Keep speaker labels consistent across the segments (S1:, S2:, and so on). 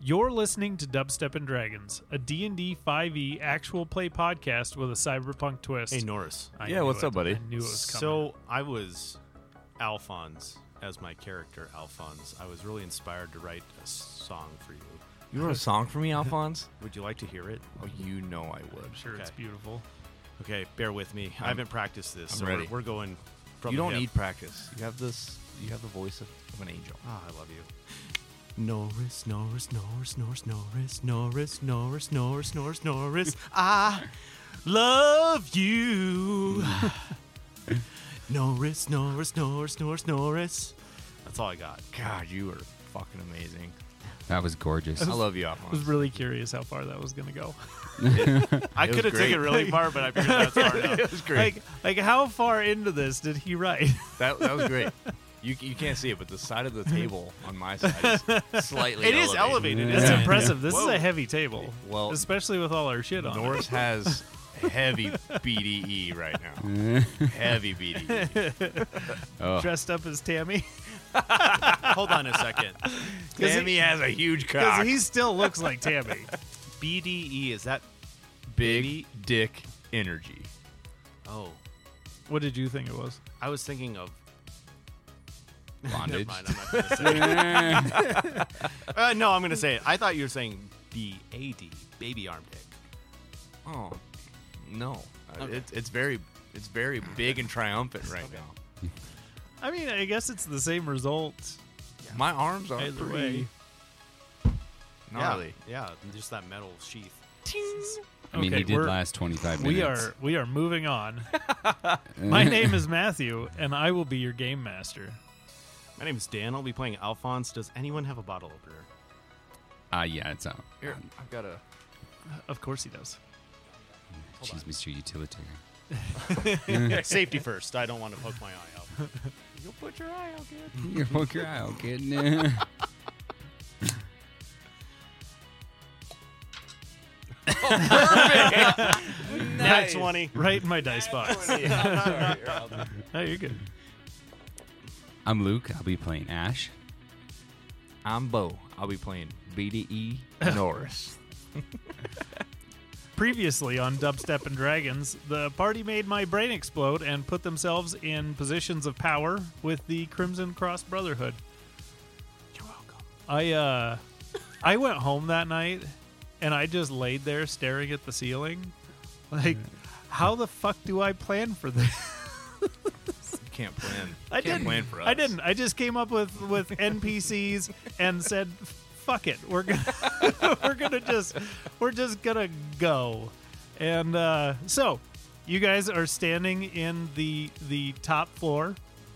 S1: You're listening to Dubstep and Dragons, a D&D 5e actual play podcast with a cyberpunk twist.
S2: Hey Norris.
S1: I
S3: Yeah,
S1: knew
S3: what's
S1: it.
S3: up, buddy?
S1: I knew it was coming.
S2: So I was Alphonse as my character Alphonse. I was really inspired to write a song for you.
S3: You want a song for me, Alphonse?
S2: Would you like to hear it?
S3: oh, you know I would.
S1: I'm sure it's
S2: okay.
S1: beautiful.
S2: Okay, bear with me. I haven't practiced this,
S3: I'm
S2: so
S3: ready.
S2: We're, we're going from
S3: you
S2: the
S3: don't
S2: hip.
S3: need practice. You have this. You have the voice of, of an angel.
S2: Ah, I love you. Norris, Norris, Norris, Norris, Norris, Norris, Norris, Norris, Norris, Norris. I love you. Norris, Norris, Norris, Norris, Norris. That's all I got.
S3: God, you are fucking amazing.
S4: That was gorgeous.
S3: I
S4: I
S3: love you,
S1: I was
S3: Alphonse.
S1: really curious how far that was going to go.
S2: I
S3: It was
S2: could have
S3: great.
S2: taken it really far, but I figured that's far enough.
S3: That was great.
S1: Like like how far into this did he write?
S3: that, that was great. You, you can't see it, but the side of the table on my side is slightly
S2: It is elevated.
S4: Yeah.
S1: It's
S2: isn't it?
S1: impressive. This is
S2: Whoa.
S1: a heavy table.
S3: Well-
S1: especially with all our shit on. it.
S3: Norris has heavy BDE right now. heavy E. BDE.
S1: Dressed up as Tammy
S2: Hold on a second.
S1: he-
S3: Sammy has a huge
S1: because
S3: cock.
S1: he still looks like Tammy.
S2: BDE E, is that?
S3: big dick energy.
S2: Oh,
S1: What did you think it was?
S2: I was thinking of. Never
S3: Bondage.
S2: mind, I'm not gonna say
S4: love
S2: it. Uh, no, I'm gonna say it. I thought you were saying B A D, baby arm dick.
S3: Oh no, Uh,
S2: Okay.
S3: it's it's very it's very big and triumphant right now.
S1: I mean, I guess it's the same result.
S3: My arms are
S1: Either
S3: pretty
S1: way.
S3: gnarly.
S2: Yeah, yeah, just that metal sheath.
S4: I mean,
S1: Okay,
S4: he did
S1: we're-
S4: last 25 minutes.
S1: We are we are moving on. My name is Matthew, and I will be your game master.
S2: My name is Dan. I'll be playing Alphonse. Does anyone have a bottle opener?
S4: Ah, yeah, it's out.
S3: Here, I've got a.
S1: Of course he does.
S4: She's Mr. Utilitarian.
S2: Safety first. I don't want to poke my eye out.
S3: You'll put your eye out, kid.
S4: You're fucking out, kid. That's
S2: Nat 20.
S1: Right in my dice box. Oh, you're good.
S4: I'm Luke. I'll be playing Ash.
S3: I'm Bo. I'll be playing BDE Norris.
S1: Previously on Dubstep and Dragons, the party made my brain explode and put themselves in positions of power with the Crimson Cross Brotherhood. You're welcome. I uh I went home that night and I just laid there staring at the ceiling. Like, how the fuck do I plan for this?
S3: You can't plan.
S1: I
S3: can't
S1: didn't.
S3: plan for us.
S1: I didn't. I just came up with with NPCs and said, "Fuck it, we're gonna we're gonna just we're just gonna go." And uh, so, you guys are standing in the the top floor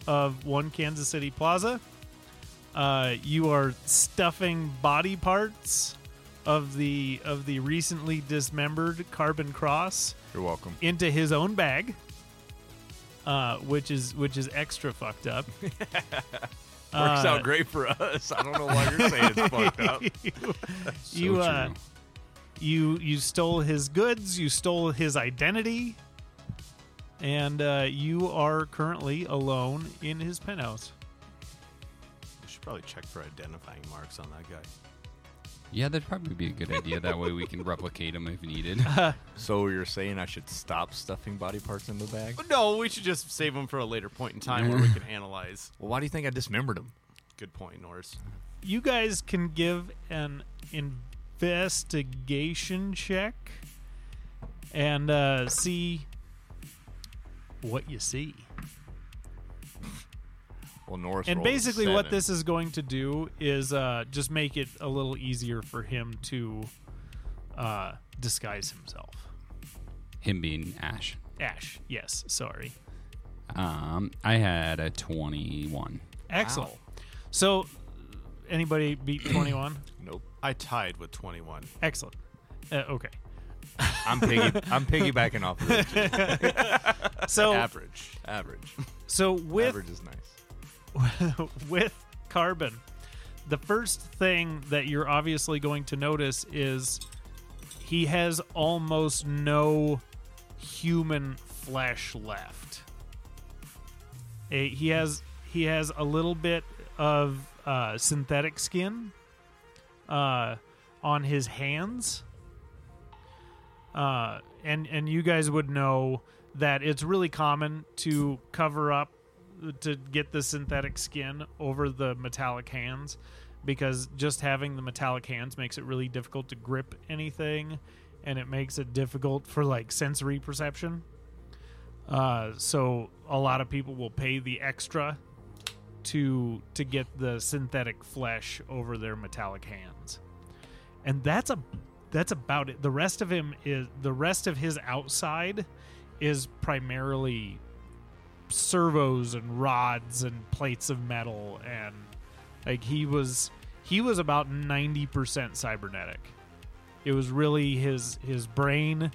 S1: of one Kansas City plaza. Uh, you are stuffing body parts of the of the recently dismembered Carbon Cross
S3: You're welcome.
S1: into his own bag, uh, which is which is extra fucked up. Uh,
S3: Works out great for us. I don't know why you're saying it's fucked up.
S4: So
S1: you uh,
S4: true.
S1: you you stole his goods, you stole his identity, and uh, you are currently alone in his penthouse.
S2: We should probably check for identifying marks on that guy.
S4: Yeah, that'd probably be a good idea. That way we can replicate him if needed.
S3: So you're saying I should stop stuffing body parts in the bag?
S2: No, we should just save them for a later point in time where we can analyze.
S3: Well, why do you think I dismembered him?
S2: Good point, Norris.
S1: You guys can give an investigation check and uh, see what you see.
S3: Well, Norris.
S1: and
S3: rolled a
S1: basically what
S3: seven.
S1: this is going to do is uh, just make it a little easier for him to uh, disguise himself
S4: him being Ash.
S1: ash yes sorry
S4: Um, I had a 21.
S1: excellent so anybody beat 21
S3: Nope.
S2: I tied with 21.
S1: excellent uh, okay
S3: I'm piggy. I'm piggybacking off of this.
S1: so
S3: average. Average.
S1: so with
S3: average is nice.
S1: with carbon. The first thing that you're obviously going to notice is he has almost no human flesh left. Eh, He has he has a little bit of uh, synthetic skin, uh, on his hands. Uh, and and you guys would know that it's really common to cover up to get the synthetic skin over the metallic hands because just having the metallic hands makes it really difficult to grip anything and it makes it difficult for like sensory perception uh, so a lot of people will pay the extra to to get the synthetic flesh over their metallic hands and that's a that's about it the rest of him is the rest of his outside is primarily servos and rods and plates of metal and like he was he was about 90% cybernetic it was really his his brain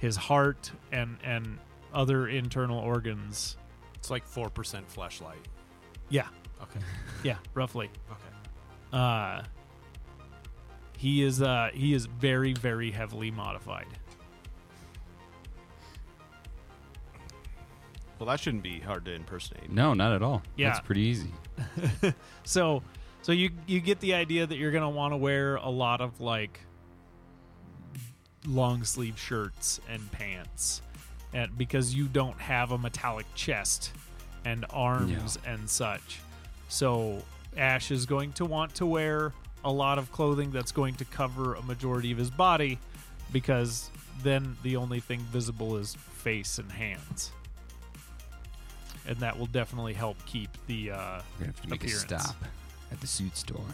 S1: his heart and and other internal organs
S5: It's like 4% flashlight.
S1: yeah
S5: Okay.
S1: yeah roughly
S5: Okay.
S1: uh he is uh he is very very heavily modified
S2: Well, that shouldn't be hard to impersonate.
S4: No, not at all.
S1: Yeah.
S4: That's pretty easy.
S1: so so you you get the idea that you're gonna want to wear a lot of like long sleeve shirts and pants and because you don't have a metallic chest and arms and such so ash is going to want to wear a lot of clothing that's going to cover a majority of his body because then the only thing visible is face and hands and that will definitely help keep the uh,
S4: We're gonna have to make
S1: Appearance.
S4: a stop at the suit store.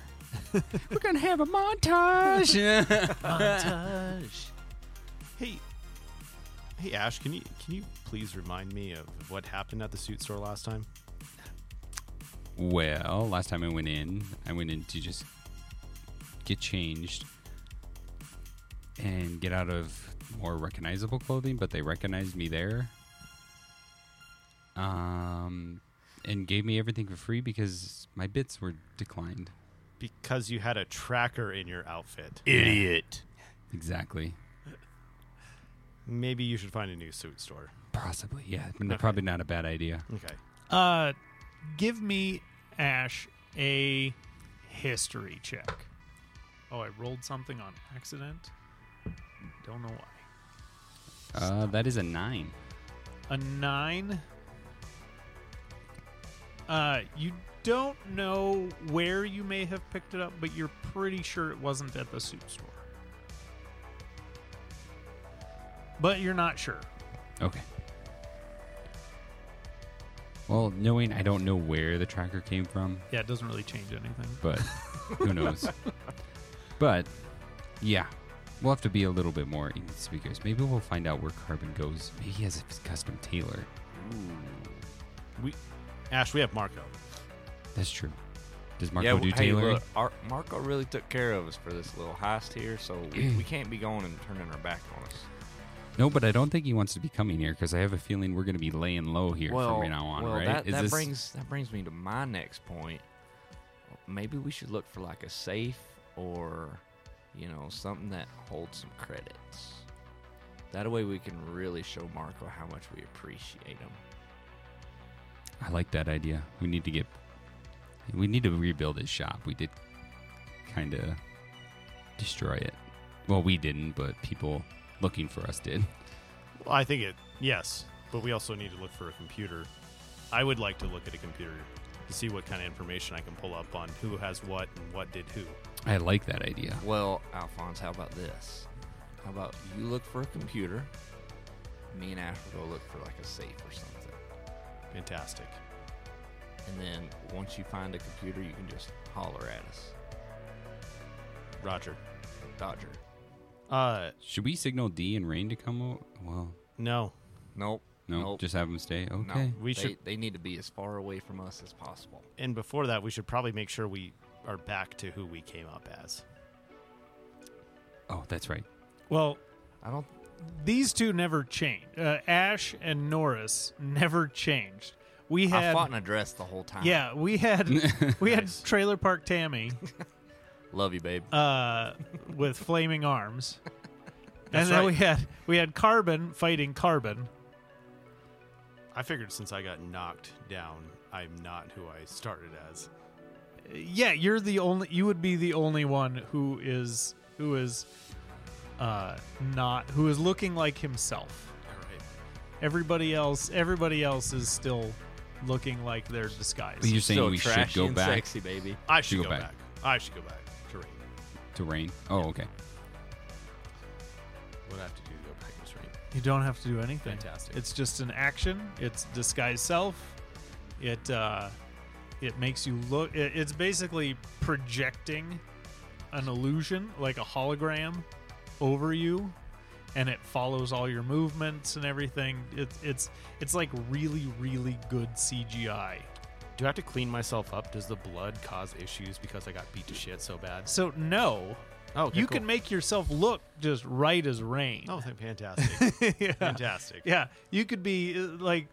S4: We're gonna have a montage.
S2: Hey, hey, Ash, can you can you please remind me of what happened at the suit store last time?
S4: well, last time I went in, I went in to just get changed and get out of more recognizable clothing, but they recognized me there. Um, and gave me everything for free because my bits were declined.
S2: Because you had a tracker in your outfit.
S4: Idiot. Exactly.
S2: Maybe you should find a new suit store.
S4: Possibly, yeah. N-
S2: Okay.
S4: Probably not a bad idea.
S2: Okay.
S1: Uh, give me Ash a history check. Oh, I rolled something on accident. Don't know why.
S4: Uh, that is a nine.
S1: A nine. Uh, you don't know where you may have picked it up, but you're pretty sure it wasn't at the soup store. But you're not sure.
S4: Okay. Well, knowing I don't know where the tracker came from,
S1: Yeah, it doesn't really change anything.
S4: but who knows? But yeah, we'll have to be a little bit more in speakers. Maybe we'll find out where Carbon goes. Maybe he has a custom tailor.
S2: We, Ash, we have Marco.
S4: That's true. Does Marco do
S2: w- hey,
S4: tailoring?
S2: look, our, Marco really took care of us for this little heist here, so we, we can't be going and turning our back on us.
S4: no, but I don't think he wants to be coming here because I have a feeling we're going to be laying low here
S3: well,
S4: from right now on,
S3: well,
S4: right?
S3: that,
S4: Is
S3: that
S4: this-
S3: brings that brings me to my next point. Maybe we should look for like a safe or, you know, something that holds some credits. That way we can really show Marco how much we appreciate him.
S4: I like that idea. We need to get. We need to rebuild his shop. We did kind of destroy it. Well, we didn't, but people looking for us did.
S2: Well, I think it. Yes, but we also need to look for a computer. I would like to look at a computer to see what kind of information I can pull up on who has what and what did who.
S4: I like that idea.
S3: Well, Alphonse, how about this? How about you look for a computer? Me and Ash will go look for like a safe or something.
S2: Fantastic.
S3: And then once you find a computer, you can just holler at us.
S2: Roger.
S3: Dodger.
S2: Uh,
S4: Should we signal D and Rain to come? O- well,
S2: no.
S3: Nope.
S4: no,
S3: Nope.
S4: just have them stay.
S3: No,
S4: Okay.
S2: We
S3: they,
S2: should-
S3: They need to be as far away from us as possible.
S2: And before that, we should probably make sure we are back to who we came up as.
S4: Oh, that's right.
S1: Well,
S3: I don't.
S1: these two never changed. Uh, Ash and Norris never changed. We
S3: I
S1: had
S3: fought and addressed the whole time.
S1: yeah, we had we had
S3: Nice.
S1: Trailer Park Tammy
S3: Love you, babe.
S1: uh, with flaming arms, and then
S2: right.
S1: we had we had Carbon fighting Carbon.
S2: I figured since I got knocked down, I'm not who I started as.
S1: yeah, you're the only. You would be the only one who is who is uh, not who is looking like himself.
S2: All right.
S1: Everybody else, everybody else is still looking like their disguise.
S4: But you're saying
S3: Still
S4: we should
S3: trashy
S4: go
S3: and
S4: back
S3: sexy, baby.
S2: I should
S4: You
S2: go,
S4: go
S2: back.
S4: back.
S2: I should go back. Terrain.
S4: to rain? Oh, okay.
S2: What I have to do to go back is rain.
S1: You don't have to do anything.
S2: Fantastic.
S1: It's just an action. It's disguise self. It uh, it makes you look. It, it's basically projecting an illusion, like a hologram, over you, and it follows all your movements and everything. It's it's it's like really really good CGI.
S2: Do I have to clean myself up? Does the blood cause issues because I got beat to shit so bad?
S1: So no,
S2: Oh, okay,
S1: you
S2: cool.
S1: can make yourself look just right as rain.
S2: Oh, thank- fantastic.
S1: yeah.
S2: fantastic.
S1: Yeah, you could be uh, like,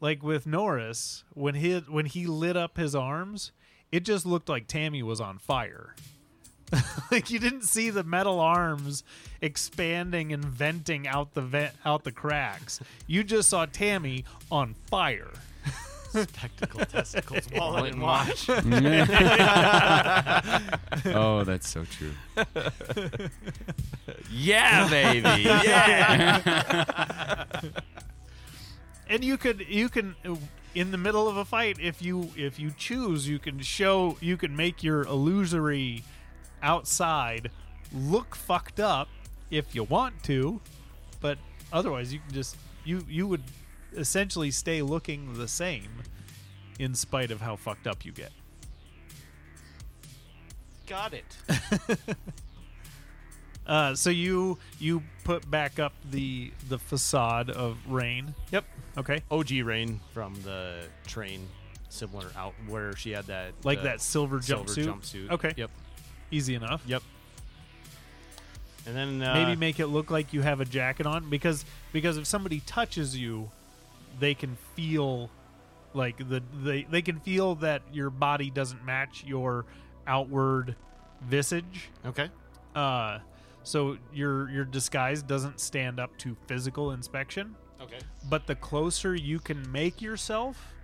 S1: like with Norris when he when he lit up his arms, it just looked like Tammy was on fire. like you didn't see the metal arms expanding and venting out the vent out the cracks. You just saw Tammy on fire.
S2: Spectacle testicles, wallet, and watch.
S4: oh, that's so true.
S3: Yeah, baby. Yeah.
S1: and you could you can in the middle of a fight if you if you choose you can show you can make your illusory outside look fucked up if you want to but otherwise you can just you you would essentially stay looking the same in spite of how fucked up you get
S2: Got it.
S1: uh, so you you put back up the the facade of rain
S2: Yep.
S1: okay
S2: OG Rain from the train, similar out where she had that
S1: like
S2: the
S1: that silver
S2: silver
S1: jumpsuit
S2: jumpsuit.
S1: okay
S2: Yep.
S1: easy enough
S2: Yep. And then uh,
S1: maybe make it look like you have a jacket on because because if somebody touches you they can feel like the they, they can feel that your body doesn't match your outward visage
S2: okay.
S1: uh so your your disguise doesn't stand up to physical inspection
S2: Okay.
S1: but the closer you can make yourself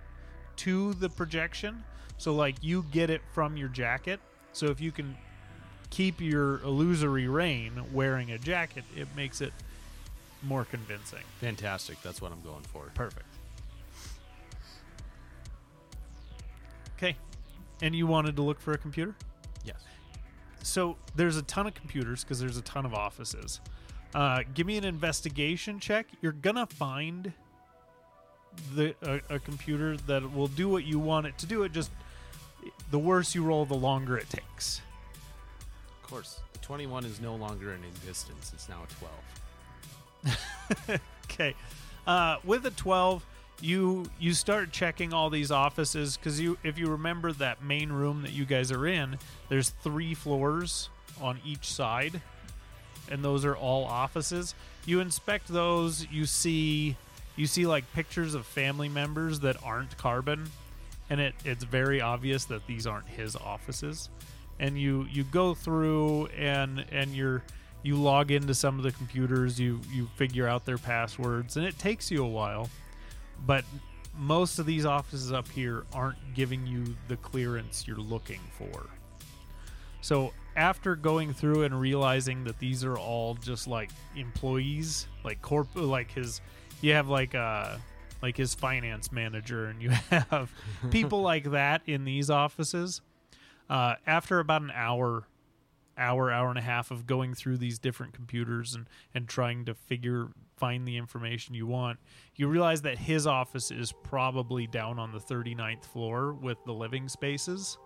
S1: to the projection so like you get it from your jacket so if you can keep your illusory rain wearing a jacket it makes it more convincing
S2: Fantastic. That's what I'm going for.
S1: perfect okay and you wanted to look for a computer
S2: Yes.
S1: so there's a ton of computers because there's a ton of offices. Uh, give me an investigation check. You're gonna find the a, a computer that will do what you want it to do. It just the worse you roll, the longer it takes.
S2: Of course. 21 is no longer in existence. It's now a 12.
S1: Okay, uh, with a twelve, you you start checking all these offices because you if you remember that main room that you guys are in, there's three floors on each side. and those are all offices. You inspect those, you see you see like pictures of family members that aren't carbon and it, it's very obvious that these aren't his offices. And you you go through and and you're you log into some of the computers, you you figure out their passwords and it takes you a while. But most of these offices up here aren't giving you the clearance you're looking for. So after going through and realizing that these are all just like employees, like corp, like his, you have like uh like his finance manager, and you have people like that in these offices. Uh, after about an hour, hour, hour and a half of going through these different computers and and trying to figure find the information you want, you realize that his office is probably down on the 39th floor with the living spaces.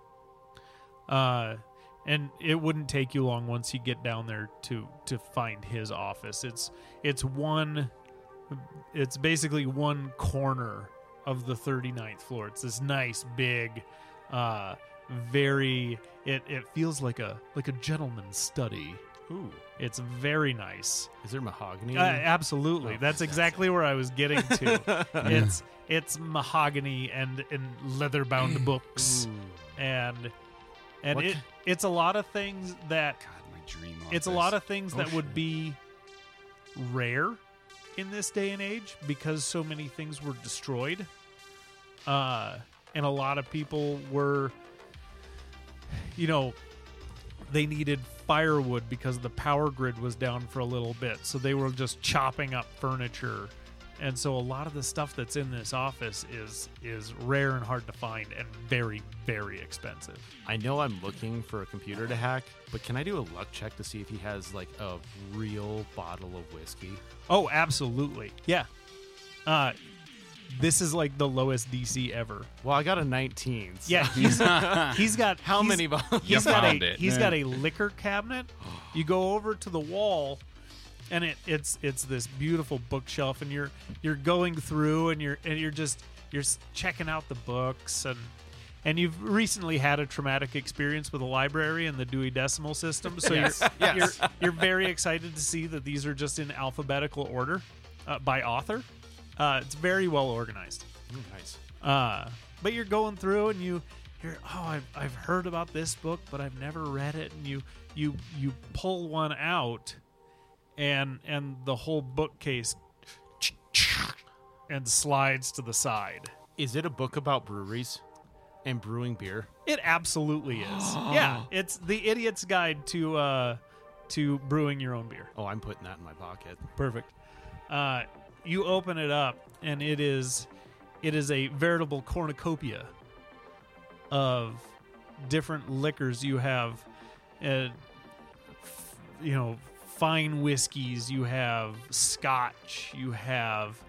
S1: Uh, and it wouldn't take you long once you get down there to to find his office. It's it's one it's basically one corner of the 39th floor. It's this nice big uh very it it feels like a like a gentleman's study.
S2: Ooh.
S1: It's very nice.
S2: Is there mahogany?
S1: Uh, absolutely.
S2: Oh,
S1: That's exactly where I was getting to. it's it's mahogany and and leather-bound books and and
S2: Mm. What
S1: it
S2: ki-
S1: it's a lot of things that
S4: God, my dream.
S1: it's a
S4: office.
S1: lot of things
S4: Oh,
S1: that would
S4: shit.
S1: be rare in this day and age because so many things were destroyed uh and a lot of people were you know, they needed firewood because the power grid was down for a little bit. So they were just chopping up furniture. And so a lot of the stuff that's in this office is is rare and hard to find and very very expensive.
S2: I know I'm looking for a computer to hack, but can I do a luck check to see if he has like a real bottle of whiskey?
S1: Oh, absolutely. Yeah. Uh this is like the lowest DC ever.
S2: Well, I got a 19. so-
S1: Yeah, he's he's got
S2: How
S1: he's-
S2: many bottles?
S4: You
S1: He's got
S4: found
S1: a
S4: it.
S1: he's
S4: Yeah.
S1: got a liquor cabinet. You go over to the wall, and it, it's it's this beautiful bookshelf, and you're you're going through, and you're and you're just you're s- checking out the books, and and you've recently had a traumatic experience with a library and the Dewey Decimal System, so you're, you're you're very excited to see that these are just in alphabetical order uh, by author. Uh, it's very well organized.
S2: Mm, nice.
S1: Uh, but you're going through and you hear, oh, I've, I've heard about this book, but I've never read it. And you you you pull one out, and and the whole bookcase and slides to the side.
S2: Is it a book about breweries and brewing beer?
S1: It absolutely is. yeah, it's the Idiot's Guide to uh, to brewing your own beer.
S2: Oh, I'm putting that in my pocket.
S1: Perfect. Uh, you open it up, and it is it is a veritable cornucopia of different liquors. You have, uh, f- you know, fine whiskeys. You have scotch. You have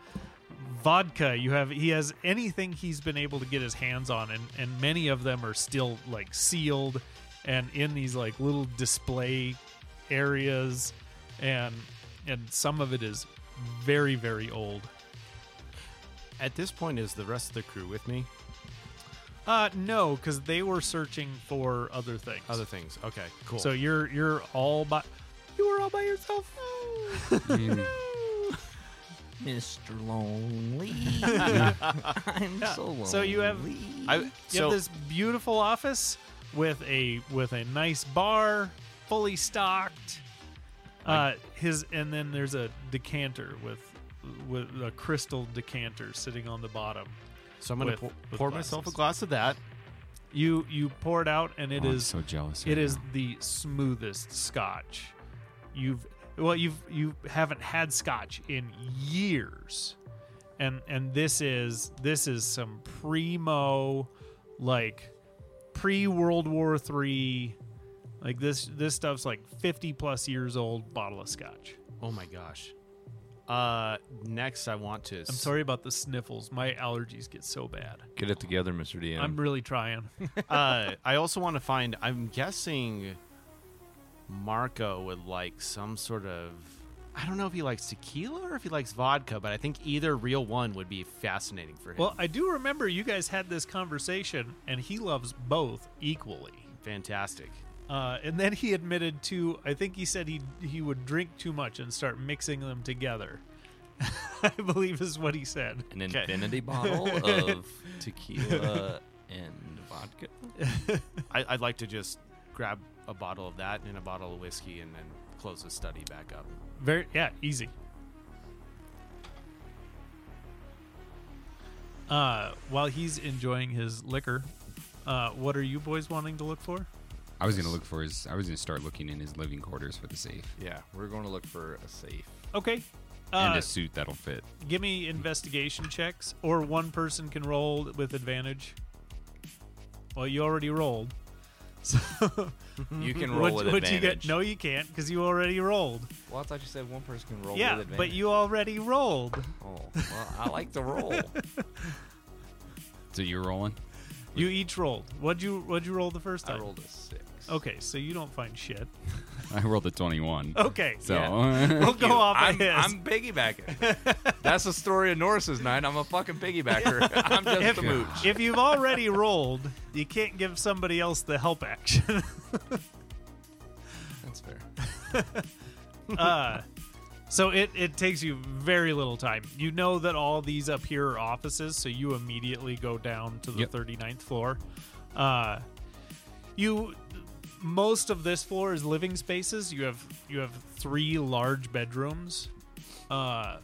S1: vodka. You have he has anything he's been able to get his hands on, and and many of them are still like sealed and in these like little display areas and and some of it is very very old
S2: At this point, is the rest of the crew with me?
S1: uh no because they were searching for other things
S2: Other things. Okay, cool.
S1: so you're you're all by you were all by yourself
S3: Mr. Lonely. I'm so lonely.
S1: so you have-
S2: I,
S1: you
S2: so
S1: have this beautiful office with a with a nice bar fully stocked uh his and then there's a decanter with with a crystal decanter sitting on the bottom
S2: so I'm gonna
S1: with-
S2: pour,
S1: with
S2: pour
S1: glasses.
S2: myself a glass of that.
S1: you you pour it out and it
S4: Oh, I'm
S1: is
S4: so jealous.
S1: It
S4: right
S1: is
S4: now.
S1: the smoothest scotch you've well you've you haven't had scotch in years and and this is this is some primo like pre world war three like this this stuff's like 50 plus years old bottle of scotch
S2: Oh my gosh. Uh, next I want to.
S1: i'm sorry about the sniffles my allergies get so bad
S3: Get it together, Mr. DM.
S1: i'm really trying
S2: uh, I also want to find. I'm guessing Marco would like some sort of. I don't know if he likes tequila or if he likes vodka, but I think either real one would be fascinating for him.
S1: well i do remember you guys had this conversation and he loves both equally
S2: fantastic.
S1: Uh, and then he admitted to, I think he said he he would drink too much and start mixing them together. I believe is what he said.
S3: An infinity bottle of tequila and vodka.
S2: I, I'd like to just grab a bottle of that and a bottle of whiskey and then close the study back up.
S1: Very yeah, easy. Uh, while he's enjoying his liquor, uh, what are you boys wanting to look for?
S4: I was gonna look for his. I was gonna start looking in his living quarters for the safe
S3: Yeah, we're going to look for a safe.
S1: Okay.
S4: and
S1: Uh,
S4: a suit that'll fit.
S1: give me investigation checks, or one person can roll with advantage. Well, you already rolled. So
S3: You can roll
S1: Would-
S3: with
S1: would Mm-hmm. you
S3: advantage.
S1: get? No, you can't because you already rolled.
S3: Well, I thought you said one person can roll
S1: yeah,
S3: with advantage.
S1: but you already rolled.
S3: Oh, well, I like the roll.
S4: So you're rolling.
S1: You each rolled. What'd you What'd you roll the first
S3: I
S1: time?
S3: rolled a six.
S1: Okay, so you don't find shit.
S4: I rolled a twenty-one.
S1: Okay,
S4: So
S1: we'll go off of
S3: I'm,
S1: his.
S3: I'm piggybacking. That's the story of Norris's night. I'm a fucking piggybacker. I'm just
S1: if,
S3: a mooch.
S1: if you've already rolled, you can't give somebody else the help action.
S3: That's fair.
S1: uh, so it, it takes you very little time. You know that all these up here are offices, so you immediately go down to the
S4: Yep.
S1: 39th floor. Uh, you most of this floor is living spaces. You have you have three large bedrooms. Uh,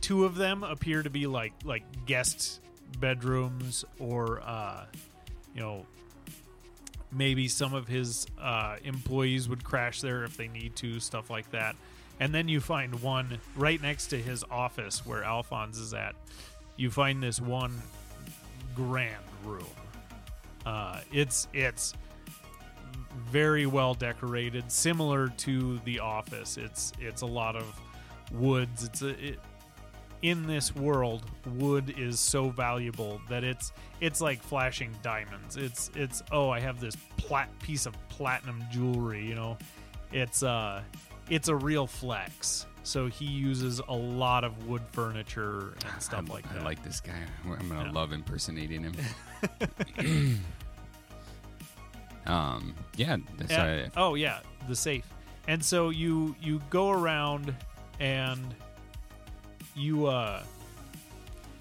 S1: two of them appear to be like like guest bedrooms or uh, you know maybe some of his uh, employees would crash there if they need to, stuff like that. And then you find one right next to his office where Alphonse is at. You find this one grand room. Uh, it's it's very well decorated, similar to the office. It's it's a lot of woods. It's a, it, in this world, wood is so valuable that it's it's like flashing diamonds. It's it's oh, I have this plat piece of platinum jewelry. You know, it's uh, it's a real flex. So he uses a lot of wood furniture and stuff
S4: I'm-
S1: like
S4: I
S1: that.
S4: like this guy. I'm gonna
S1: Yeah.
S4: love impersonating him. um, yeah, that's
S1: Yeah.
S4: I-
S1: oh yeah, the safe. And so you you go around and you uh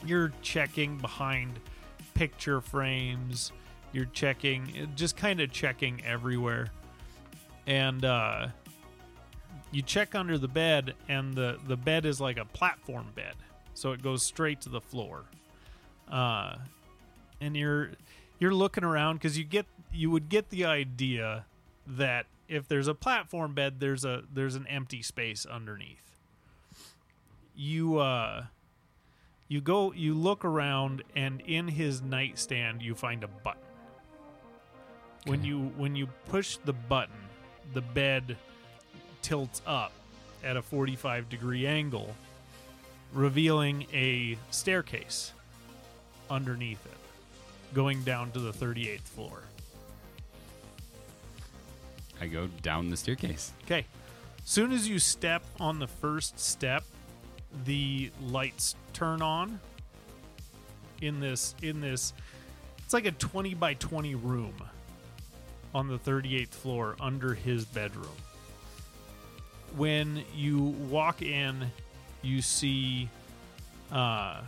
S1: you're checking behind picture frames, you're checking just kind of checking everywhere. And uh you check under the bed and the the bed is like a platform bed. So it goes straight to the floor. Uh and you're you're looking around because you get you would get the idea that if there's a platform bed there's a there's an empty space underneath you uh you go you look around and in his nightstand you find a button when
S4: Okay.
S1: you when you push the button the bed tilts up at a 45 degree angle revealing a staircase underneath it going down to the 38th floor
S4: I go down the staircase.
S1: Okay. Soon as you step on the first step, the lights turn on in this in this it's like a 20 by 20 room on the 38th floor under his bedroom. When you walk in, you see uh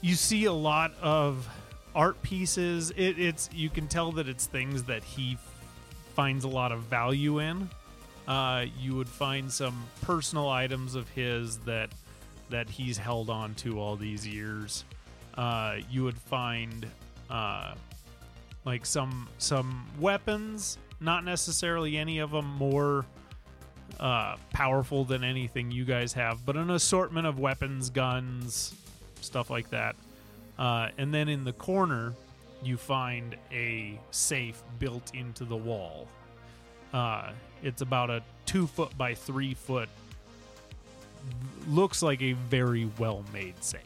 S1: you see a lot of art pieces. It, it's you can tell that it's things that he finds a lot of value in. Uh, you would find some personal items of his that that he's held on to all these years. Uh, you would find uh, like some some weapons, not necessarily any of them more uh, powerful than anything you guys have, but an assortment of weapons, guns, stuff like that. Uh, and then in the corner, you find a safe built into the wall. Uh, it's about a two foot by three foot. Looks like a very well made safe.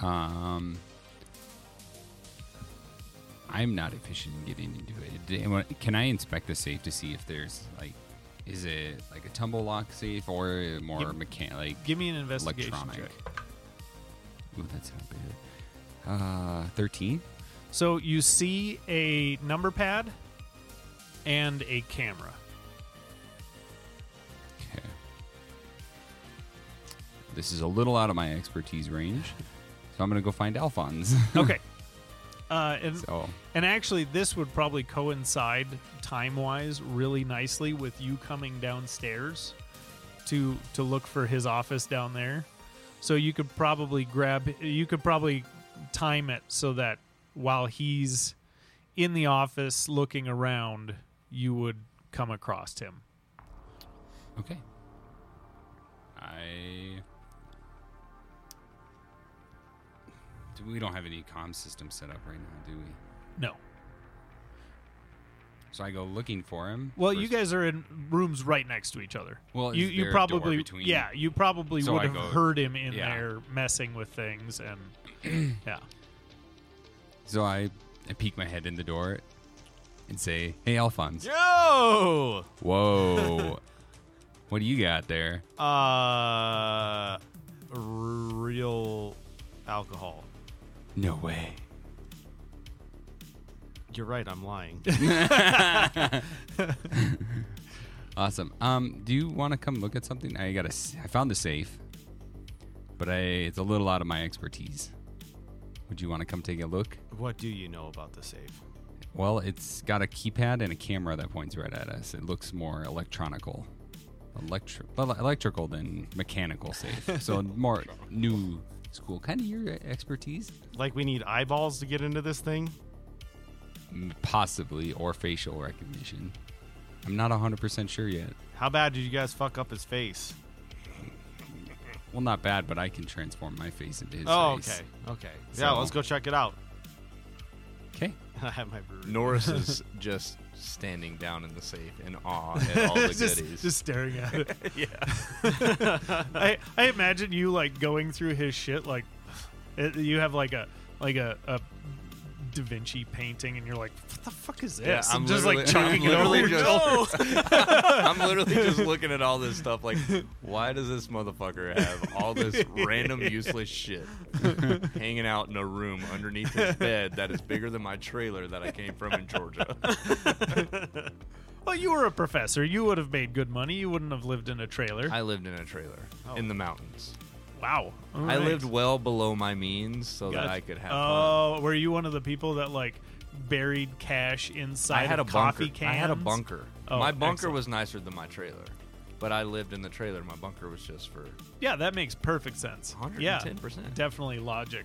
S4: Um, I'm not efficient in getting into it. Do- am I- Can I inspect the safe to see if there's like, is it like a tumble lock safe or more
S1: Yep.
S4: mechan- like
S1: Give me an investigation
S4: electronic?
S1: check.
S4: Ooh, that's not bad. Uh, thirteen.
S1: So you see a number pad and a camera.
S4: Okay. This is a little out of my expertise range, so I'm gonna go find Alphonse.
S1: Okay. Uh, and
S4: so
S1: And actually, this would probably coincide time wise really nicely with you coming downstairs to to look for his office down there. So you could probably grab you could probably time it so that while he's in the office looking around, you would come across him.
S4: okay. I. Do- We don't have any comm system set up right now, do we?
S1: No.
S4: So I go looking for him.
S1: Well,
S4: first.
S1: you guys are in rooms right next to each other.
S4: Well, is
S1: you you
S4: there a door
S1: probably
S4: between-
S1: yeah you probably
S4: So
S1: would
S4: I
S1: have
S4: go-
S1: heard him in
S4: yeah.
S1: there messing with things and yeah.
S4: So I, I peek my head in the door, and say, "Hey, Alphonse.
S2: Yo!
S4: Whoa, what do you got there?
S2: Uh, real alcohol.
S4: No way.
S2: You're right. I'm lying.
S4: Awesome. Um, do you want to come look at something? I got a. s- I found the safe, but I it's a little out of my expertise. Would you want to come take a look?
S2: what do you know about the safe?
S4: Well, it's got a keypad and a camera that points right at us. It looks more electronical, electri- well, electrical than mechanical safe. so more new school. Kind of your expertise,
S2: Like we need eyeballs to get into this thing.
S4: Mm, possibly, or facial recognition. I'm not 100% sure yet.
S2: How bad did you guys fuck up his face?
S4: Well, not bad, but I can transform my face into his
S2: oh,
S4: face.
S2: okay, okay. yeah,
S4: So-
S2: let's go check it out.
S4: okay. Okay.
S2: I have my brewery.
S3: Norris is just standing down in the safe in awe at all the
S1: just,
S3: goodies.
S1: just staring at it.
S3: yeah.
S1: I, I imagine you like going through his shit like it, you have like a like a, a Da Vinci painting and you're like what the fuck is this?
S3: Yeah, I'm
S1: And just like
S3: literally-
S1: chalking it
S3: I'm
S1: over. Oh,
S3: literally
S1: your
S3: just- I'm literally just looking at all this stuff like, why does this motherfucker have all this random useless shit hanging out in a room underneath his bed that is bigger than my trailer that I came from in Georgia?
S1: Well, you were a professor. You would have made good money. You wouldn't have lived in a trailer.
S3: I lived in a trailer in the mountains.
S1: wow. All
S3: I
S1: Oh. right.
S3: lived well below my means so that
S1: Gotcha.
S3: I could have fun.
S1: Oh, were you one of the people that like buried cash inside
S3: I had a
S1: of coffee
S3: bunker.
S1: cans?
S3: I had a bunker.
S1: Oh,
S3: my bunker
S1: excellent.
S3: was nicer than my trailer. But I lived in the trailer. My bunker was just for
S1: Yeah, that makes perfect sense. Yeah,
S3: 110%.
S1: definitely logic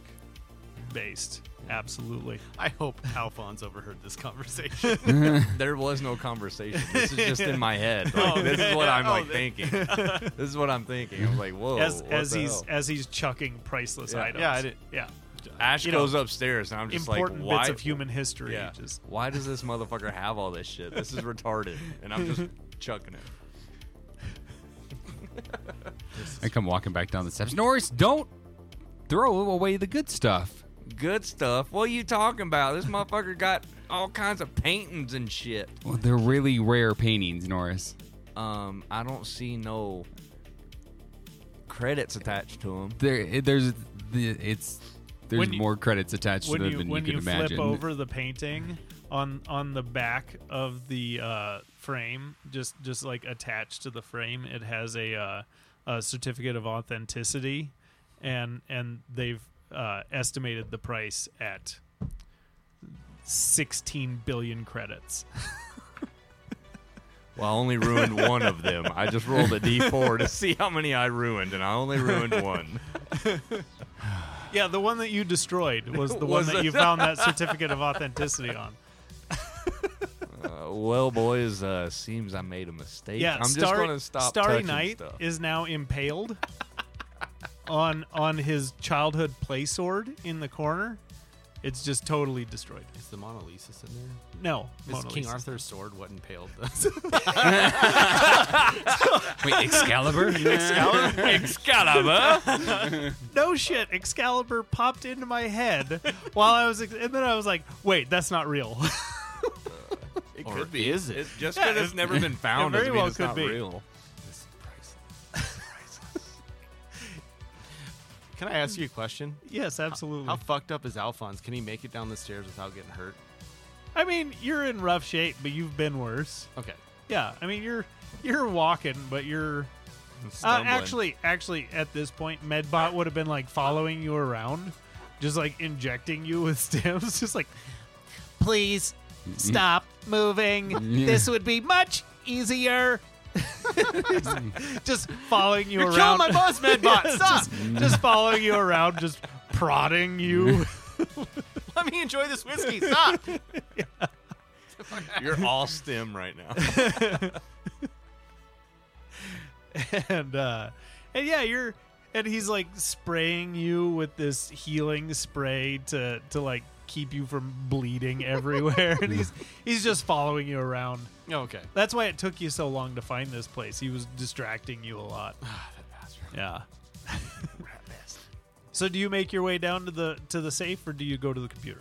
S1: based. Absolutely.
S2: I hope Alphonse overheard this conversation.
S3: There was no conversation. This is just in my head. Like,
S1: Oh,
S3: this is what I'm like thinking. This is what I'm thinking. I'm like, whoa.
S1: as
S3: Oh, what
S1: as
S3: the
S1: he's
S3: hell?
S1: as he's chucking priceless
S3: Yeah.
S1: items.
S2: Yeah, I did-
S1: yeah.
S3: Ash
S1: you know,
S3: goes upstairs, and I'm just like,
S1: Important
S3: why?
S1: bits of human history.
S3: yeah.
S1: Just
S3: Why does this motherfucker have all this shit? This is retarded, and I'm just chucking it.
S4: I come walking back down the steps. Norris, don't throw away the good stuff.
S3: Good stuff. What are you talking about? This motherfucker got all kinds of paintings and shit.
S4: Well, they're really rare paintings, Norris.
S3: Um, I don't see no credits attached to him.
S4: There, eh, there's, the- it's, there's
S1: When you-
S4: more credits attached to
S1: when
S4: them
S1: you
S4: than
S1: when
S4: you
S1: you
S4: can
S1: flip
S4: imagine.
S1: over the painting on on the back of the uh, frame, just just like attached to the frame, it has a uh, a certificate of authenticity, and and they've uh, estimated the price at sixteen billion credits.
S3: Well, I only ruined one of them. I just rolled a d4 to see how many I ruined, and I only ruined one.
S1: Yeah, the one that you destroyed was the
S3: Was
S1: one that
S3: it?
S1: you found that certificate of authenticity on.
S3: Uh, well, boys, uh, seems I made a mistake.
S1: Yeah,
S3: I'm just
S1: Star-
S3: gonna stop
S1: Starry
S3: touching
S1: Night
S3: stuff.
S1: is now impaled on on his childhood play sword in the corner. It's just totally destroyed.
S2: is the Mona Lisa in there?
S1: No,
S2: Is
S1: Mona
S2: King
S1: Lisa.
S2: Arthur's sword what impaled the
S4: Wait, Excalibur?
S3: Excalibur.
S1: No shit, Excalibur popped into my head while I was, ex- and then I was like, "Wait, that's not real."
S3: it
S2: Or is it?
S3: just
S1: Yeah,
S3: 'cause it's
S1: it-
S3: never been found
S1: very
S3: doesn't
S1: well
S3: mean it's
S1: could
S3: not
S1: be.
S3: real.
S2: Can I ask you a question?
S1: yes, absolutely.
S2: How fucked up is Alphonse? Can he make it down the stairs without getting hurt?
S1: I mean, you're in rough shape, but you've been worse.
S2: Okay.
S1: Yeah, I mean, you're you're walking, but you're Uh,
S3: Stumbling.
S1: actually, actually, at this point, Medbot would have been like following you around, just like injecting you with stims, just like, please stop moving.
S4: Yeah.
S1: This would be much easier. just following you
S2: You're killing
S1: around.
S2: my boss, Medbot.
S1: Yes,
S2: Stop.
S1: Just, just following you around, just prodding you.
S2: Let me enjoy this whiskey. Stop.
S3: you're all stem right now.
S1: and uh and yeah you're and he's like spraying you with this healing spray to to like keep you from bleeding everywhere and he's he's just following you around
S2: okay.
S1: that's why it took you so long to find this place he was distracting you a lot yeah so do you make your way down to the to the safe or do you go to the computer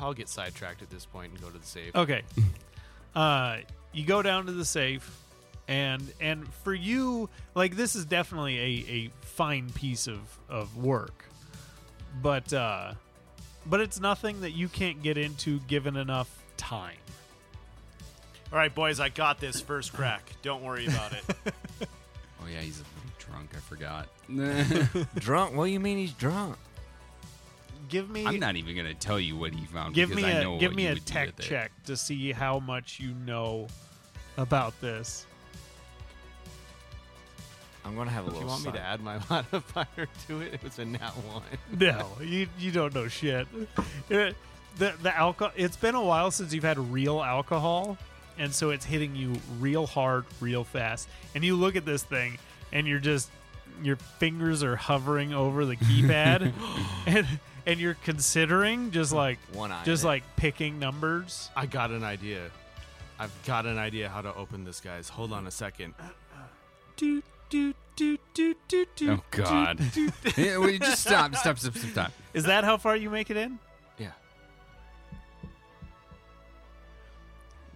S2: I'll get sidetracked at this point and go to the safe.
S1: Okay. uh, you go down to the safe, and and for you, like this is definitely a, a fine piece of of work, but uh, but it's nothing that you can't get into given enough time.
S5: All right, boys, I got this first crack. Don't worry about it.
S4: oh yeah, he's a little drunk. I forgot.
S3: drunk? What do you mean he's drunk?
S1: Give me
S4: I'm not even gonna tell you what he found.
S1: give
S4: because
S1: me
S4: I
S1: a
S4: know
S1: give
S4: what
S1: me
S4: you
S1: a
S4: would do
S1: tech
S4: with it.
S1: check to see how much you know about this.
S3: I'm gonna have a
S2: If
S3: little.
S2: you want me to
S3: side-
S2: add my modifier to it, it was a nat one.
S1: No, you you don't know shit. It- The the alcohol. It's been a while since you've had real alcohol, and so it's hitting you real hard, real fast. And you look at this thing, and you're just your fingers are hovering over the keypad, and and you're considering just like
S3: One eye.
S1: just
S3: it.
S1: like picking numbers.
S2: I got an idea. I've got an idea how to open this, guys. Hold on a second.
S5: Doot, doot, doot, doot, doot, doot.
S4: Oh God! yeah, well, you just stop, stop, stop, stop, stop.
S1: Is that how far you make it in?
S2: Yeah.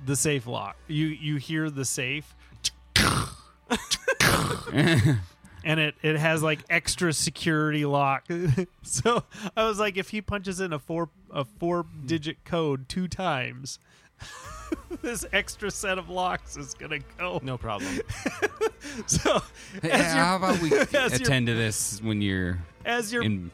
S1: The safe lock. You you hear the safe, and it it has like extra security lock. so I was like, if he punches in a four a four digit code two times, this extra set of locks is gonna go.
S2: No problem.
S1: So
S4: Hey,
S1: as you're,
S4: how about we
S1: as you're-
S4: attend to this when you're
S1: as you're
S4: in?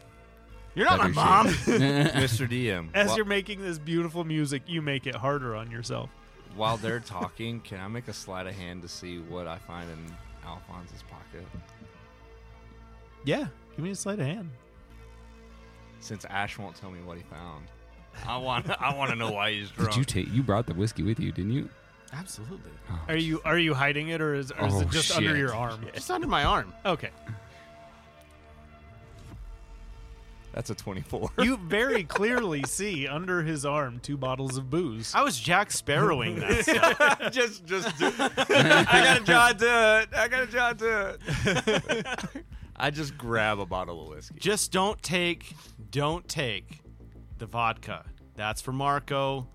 S2: You're not my
S4: Better
S2: mom.
S3: Mr. DM.
S1: as
S3: whi-
S1: you're making this beautiful music, you make it harder on yourself.
S3: while they're talking, can I make a sleight of hand to see what I find in Alphonse's pocket?
S1: Yeah, give me a sleight of hand.
S3: Since Ash won't tell me what he found, I want I want to know why he's drunk.
S4: Did you take? You brought the whiskey with you, didn't you?
S2: Absolutely.
S4: Oh,
S1: Are you are you hiding it or is, or is
S4: Oh,
S1: it just under
S4: shit.
S1: your arm?
S2: It's under my arm.
S1: Okay.
S3: That's a 24.
S1: You very clearly see under his arm two bottles of booze.
S2: I was Jack Sparrowing that. stuff.
S3: just just do I got a job to it. I got a job to it. I just grab a bottle of whiskey.
S2: Just don't take, don't take the vodka. That's for Marco.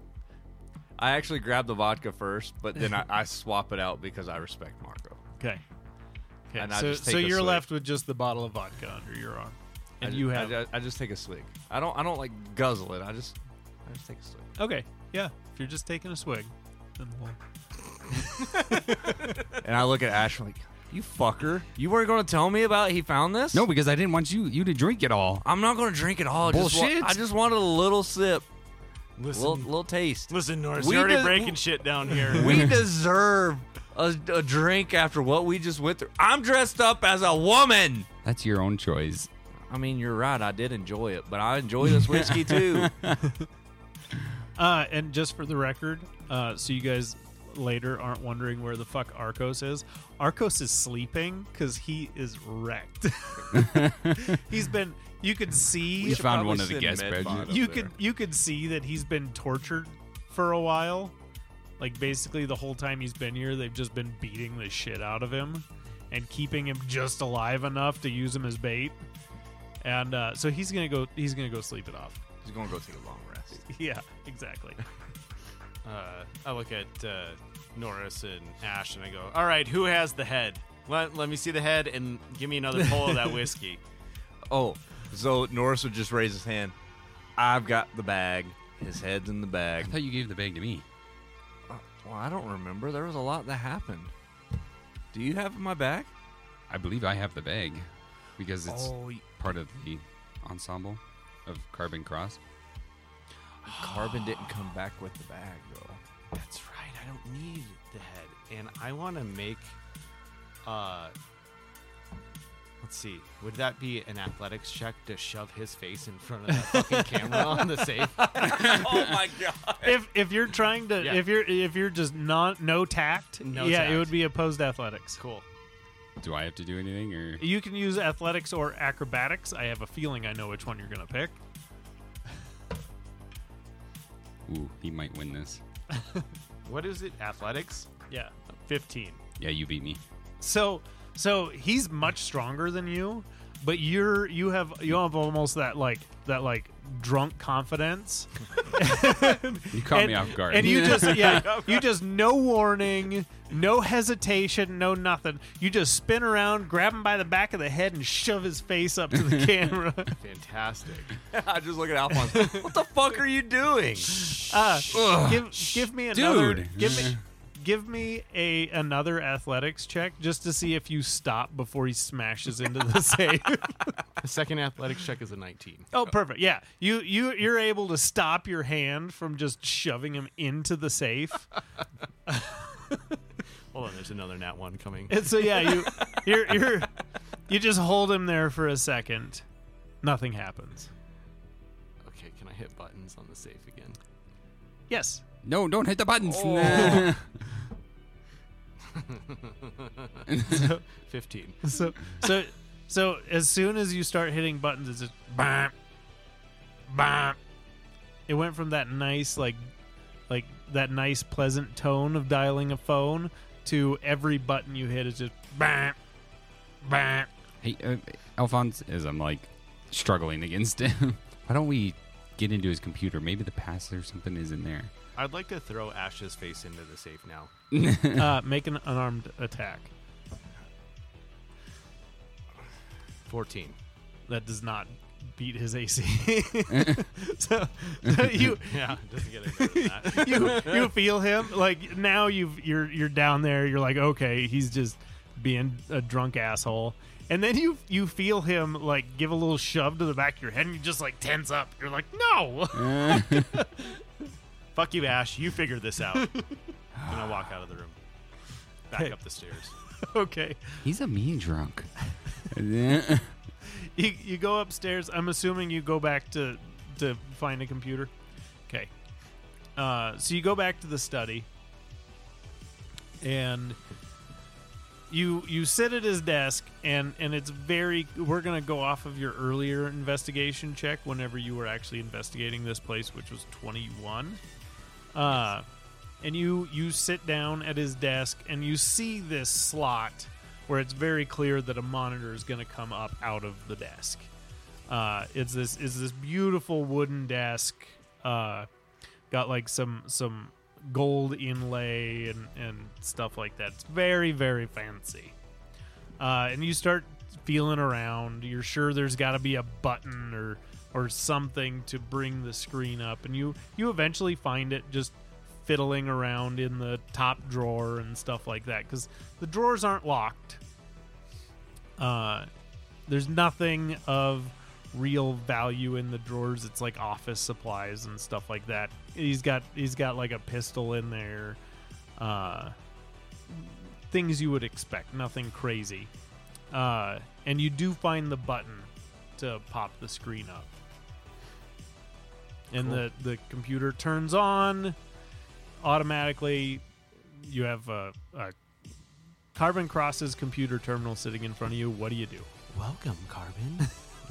S3: I actually grab the vodka first, but then I, I swap it out because I respect Marco.
S1: Okay. Okay.
S3: And I
S1: so
S3: just take
S1: so
S3: a
S1: you're
S3: swig.
S1: left with just the bottle of vodka under your arm, and
S3: I
S1: you
S3: ju- I
S1: have
S3: ju- I just, take a swig. I don't I don't like guzzle it. I just I just take a swig.
S1: okay. Yeah. If you're just taking a swig, then we'll.
S3: And I look at Ash I'm like, "You fucker! You weren't going to tell me about he found this?
S4: no, because I didn't want you you to drink it all.
S3: I'm not going to drink it all. Just wa-
S4: Bullshit.
S3: I just wanted a little sip,
S2: Listen,
S3: little little taste. Mm.
S2: listen, Norris.
S3: We
S2: You're already
S3: did-
S2: breaking shit down here.
S3: We deserve a, a drink after what we just went through. I'm dressed up as a woman.
S4: That's your own choice.
S3: I mean, you're right. I did enjoy it, but I enjoy this whiskey too.
S1: Uh, and just for the record, uh, so you guys later aren't wondering where the fuck Arcos is. Arcos is sleeping because he is wrecked. he's been. You could see.
S4: You found one
S3: probably
S4: of the
S3: send
S4: guest
S3: Med
S4: bedrooms.
S3: Bond up
S1: you
S3: there.
S1: could you could see that he's been tortured for a while like basically the whole time he's been here they've just been beating the shit out of him and keeping him just alive enough to use him as bait and uh, so he's gonna go he's gonna go sleep it off
S3: He's gonna go take a long rest.
S1: yeah exactly
S2: uh, I look at uh, Norris and Ash and I go, all right, who has the head? Let, let me see the head and give me another pull of that whiskey.
S3: Oh, so Norris would just raise his hand. I've got the bag. His head's in the bag.
S4: I thought you gave the bag to me.
S3: Well, I don't remember. There was a lot that happened. Do you have my bag?
S4: I believe I have the bag because it's
S1: Oh.
S3: y-
S4: part of the ensemble of Carbon Cross.
S3: Carbon didn't come back with the bag though.
S2: That's right. I don't need the head, and I want to make. Uh, let's see. Would that be an athletics check to shove his face in front of that fucking camera on the safe?
S3: oh my god!
S1: if if you're trying to
S2: Yeah.
S1: if you're if you're just not no tact
S2: No
S1: yeah it
S2: tact.
S1: would be opposed athletics
S2: Cool.
S4: Do I have to do anything or?
S1: you can use athletics or acrobatics i have a feeling i know which one you're gonna pick
S4: Ooh, he might win this.
S2: What is it? Athletics.
S1: yeah 15
S4: Yeah, you beat me.
S1: So so he's much stronger than you, but you're you have you have almost that like that like drunk confidence.
S4: You caught
S1: and,
S4: me off guard.
S1: And you just yeah, you just no warning, no hesitation, no nothing. You just spin around, grab him by the back of the head and shove his face up to the camera.
S2: Fantastic.
S3: I just look at Alphonse. what the fuck are you doing?
S1: Uh, give give me another
S4: dude.
S1: give me give me a another athletics check just to see if you stop before he smashes into the safe.
S2: The second athletics check is a 19.
S1: Oh, perfect. Yeah, you you you're able to stop your hand from just shoving him into the safe,
S2: Hold on, there's another nat one coming.
S1: and so yeah, you You're, you're, you just hold him there for a second. Nothing happens.
S2: Okay, can I hit buttons on the safe again?
S1: Yes.
S4: No, don't hit the buttons.
S3: Oh.
S2: 15.
S1: So, so, so as soon as you start hitting buttons, it's just bam, bam. It went from that nice, like, like that nice, pleasant tone of dialing a phone to every button you hit is just bam, bam.
S4: Hey, uh, Alphonse, as I'm like struggling against him, why don't we get into his computer? Maybe the password or something is in there.
S2: I'd like to throw Ash's face into the safe now.
S1: Uh, make an unarmed attack.
S2: 14.
S1: That does not beat his AC. so, so you
S2: Yeah, doesn't get any better than that.
S1: you you feel him like now you've you're you're down there you're like okay he's just being a drunk asshole and then you you feel him like give a little shove to the back of your head and you just like tense up you're like no
S2: Fuck you, Ash. You figure this out. and I walk out of the room. Back up the stairs.
S1: okay
S4: He's a mean drunk.
S1: you, you go upstairs i'm assuming you go back to to find a computer okay uh, so you go back to the study and you you sit at his desk and and it's very we're gonna go off of your earlier investigation check whenever you were actually investigating this place which was 21 uh and you you sit down at his desk and you see this slot where it's very clear that a monitor is going to come up out of the desk uh it's this is this beautiful wooden desk uh got like some some gold inlay and and stuff like that it's very very fancy uh and you start feeling around you're sure there's got to be a button or or something to bring the screen up and you you eventually find it just fiddling around in the top drawer and stuff like that because the drawers aren't locked uh there's nothing of real value in the drawers it's like office supplies and stuff like that he's got he's got like a pistol in there uh things you would expect nothing crazy uh and you do find the button to pop the screen up and the the computer turns on automatically you have a, a carbon crosses computer terminal sitting in front of you what do you do
S5: Welcome, Carbon.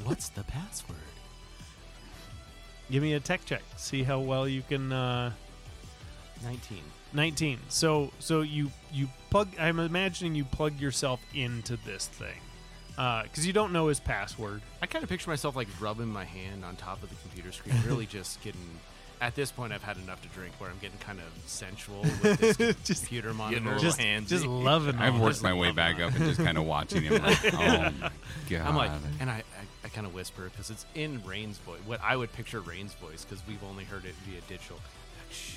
S5: What's the password?
S1: Give me a tech check. See how well you can. Uh,
S2: 19.
S1: 19. So so you you plug. I'm imagining you plug yourself into this thing because you don't know his password.
S2: I kind of picture myself like rubbing my hand on top of the computer screen, really just getting. At this point, I've had enough to drink where I'm getting kind of sensual with this computer monitor.
S3: little
S1: Just
S3: handsy.
S1: Oh, just loving. all
S4: I've
S1: this.
S4: worked my way back up and just kind of watching him. Like, oh my god!
S2: I'm like, and I, I, I kind of whisper because it's in Rain's voice. What I would picture Rain's voice because we've only heard it via digital. Like, Shh,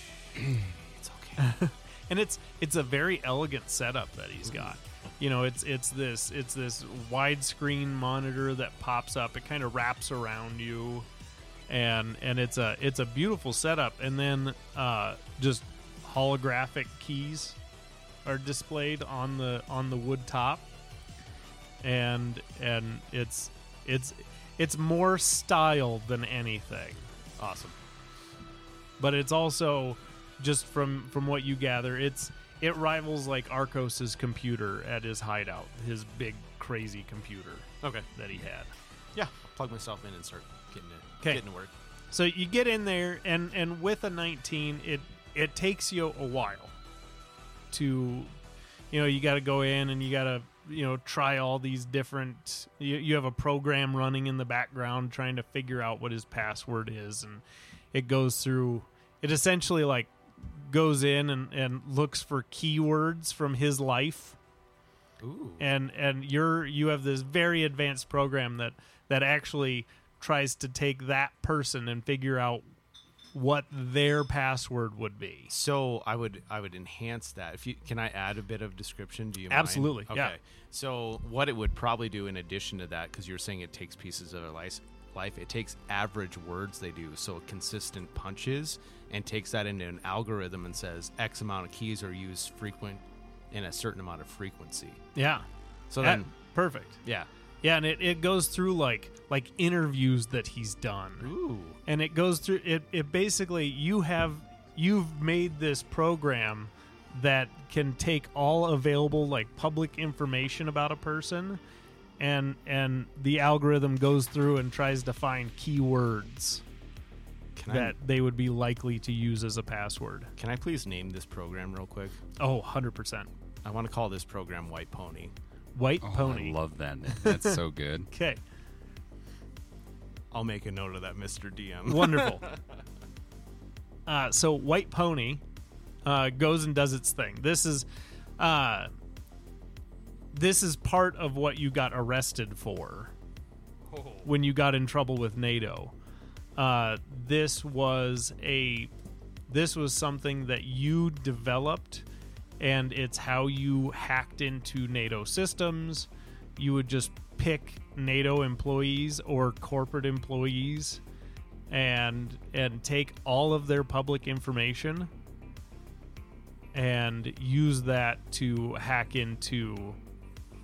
S2: it's okay.
S1: and it's it's a very elegant setup that he's got. You know, it's it's this it's this widescreen monitor that pops up. It kind of wraps around you, and and it's a it's a beautiful setup. And then uh, just holographic keys are displayed on the on the wood top, and and it's it's it's more style than anything
S2: awesome.
S1: but it's also just from from what you gather it's it rivals like arcos's computer at his hideout his big crazy computer
S2: Okay.
S1: that he had
S2: Yeah. Plug myself in and start getting it.
S1: 'Kay.
S2: Getting to work.
S1: so you get in there and and with a 19 it it takes you a while to you know you got to go in and you got to you know try all these different you, you have a program running in the background trying to figure out what his password is and it goes through it essentially like goes in and, and looks for keywords from his life
S2: Ooh.
S1: and and you're you have this very advanced program that that actually tries to take that person and figure out what their password would be.
S2: So I would I would enhance that. If you can, I add a bit of description. Do you mind?
S1: Absolutely,
S2: Okay.
S1: yeah.
S2: So what it would probably do in addition to that, because you're saying it takes pieces of their life, life, it takes average words they do, so consistent punches, and takes that into an algorithm and says X amount of keys are used frequent in a certain amount of frequency.
S1: Yeah.
S2: So
S1: That-
S2: then,
S1: perfect.
S2: yeah.
S1: Yeah, and it, it goes through like like interviews that he's done.
S2: Ooh.
S1: and it goes through it, it basically you have you've made this program that can take all available like public information about a person and and the algorithm goes through and tries to find keywords
S2: Can
S1: that they would be likely to use as a password
S2: I can I please name this program real quick?
S1: oh 100%
S2: I want to call this program White Pony.
S1: white
S4: Oh,
S1: pony
S4: I love that. name. That's so good.
S1: okay
S2: I'll make a note of that, Mr. DM.
S1: Wonderful. uh, so White Pony uh, goes and does its thing. This is uh, this is part of what you got arrested for when you got in trouble with NATO. Uh, this was a this was something that you developed, and it's how you hacked into NATO systems. You would just pick NATO employees or corporate employees and and take all of their public information and use that to hack into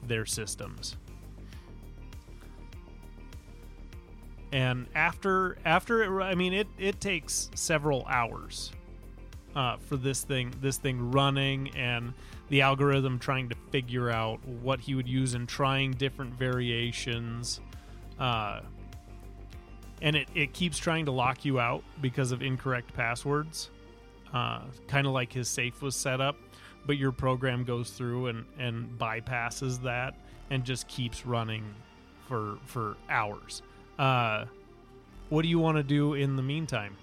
S1: their systems. And after after it, I mean it it takes several hours uh, for this thing this thing running and the algorithm trying to figure out what he would use and trying different variations. Uh, and it, it keeps trying to lock you out because of incorrect passwords uh, kind of like his safe was set up but your program goes through and, and bypasses that and just keeps running for for hours uh, what do you want to do in the meantime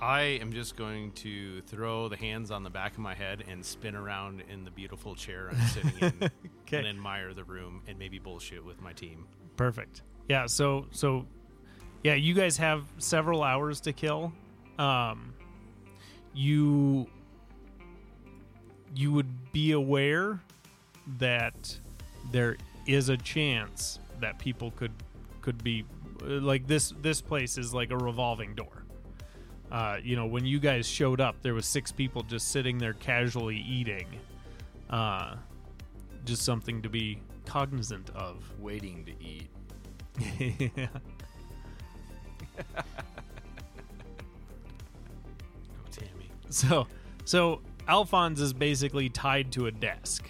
S2: I am just going to throw the hands on the back of my head and spin around in the beautiful chair I'm sitting in and admire the room and maybe bullshit with my team.
S1: Perfect. Yeah. So so, yeah. You guys have several hours to kill. Um, you you would be aware that there is a chance that people could could be uh, like this. This place is like a revolving door. Uh, you know, when you guys showed up, there was six people just sitting there casually eating. Uh, just something to be cognizant of.
S3: Waiting to eat.
S2: Oh, Tammy.
S1: So, so Alphonse is basically tied to a desk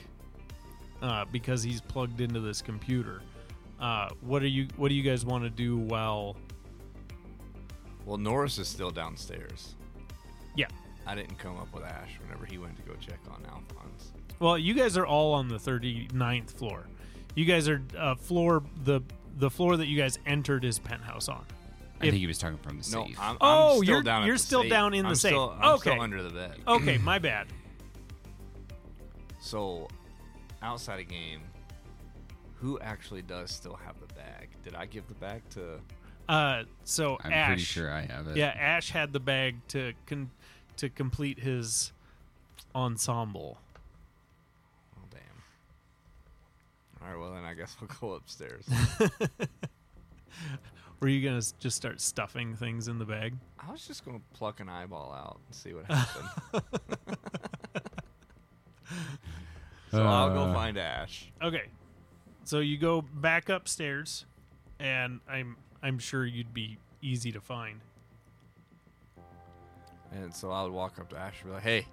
S1: uh, because he's plugged into this computer. Uh, what are you? What do you guys want to do? While
S3: Well, Norris is still downstairs.
S1: yeah,
S3: I didn't come up with Ash whenever he went to go check on Alphonse.
S1: well, you guys are all on the 39th floor. You guys are uh, floor the the floor that you guys entered his penthouse on.
S4: I
S1: If-
S4: think he was talking from the
S3: No,
S4: safe.
S3: I'm, I'm
S1: Oh,
S3: still
S1: you're-
S3: down. at
S1: you're
S3: the
S1: still
S3: safe.
S1: down in the
S3: I'm
S1: safe.
S3: Still, I'm
S1: Okay. Oh.
S3: still under the bed.
S1: Okay, my bad.
S3: So, outside of game, who actually does still have the bag? Did I give the bag to? oh,
S1: Uh, so
S4: I'm
S1: Ash,
S4: pretty sure I have it.
S1: yeah, Ash had the bag to con- to complete his ensemble.
S3: Oh damn. All right, well then I guess we'll go upstairs.
S1: Were you gonna s- just start stuffing things in the bag?
S3: I was just gonna pluck an eyeball out and see what happened. so I'll go
S4: Uh.
S3: find Ash.
S1: Okay. So you go back upstairs and I'm I'm sure you'd be easy to find.
S3: And so I would walk up to Ash and be like, "Hey,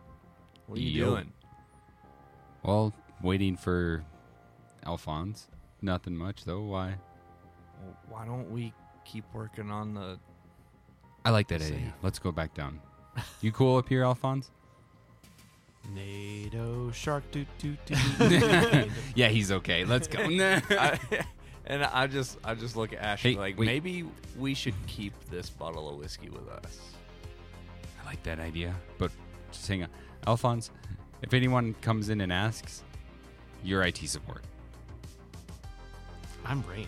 S3: what are you
S4: Yo.
S3: doing?"
S4: Well, waiting for Alphonse. Nothing much though. Why?
S3: "Well, Why don't we keep working on the?
S4: I like that
S3: Safe.
S4: idea. Let's go back down. You cool up here, Alphonse?
S2: NATO shark doo doo doo.
S4: yeah, he's okay. Let's go.
S3: I, and I just I just look at Ash and
S4: Hey,
S3: be like,
S4: wait.
S3: maybe we should keep this bottle of whiskey with us.
S4: I like that idea, but just hang on. Alphonse, if anyone comes in and asks, your IT support.
S2: I'm Rain.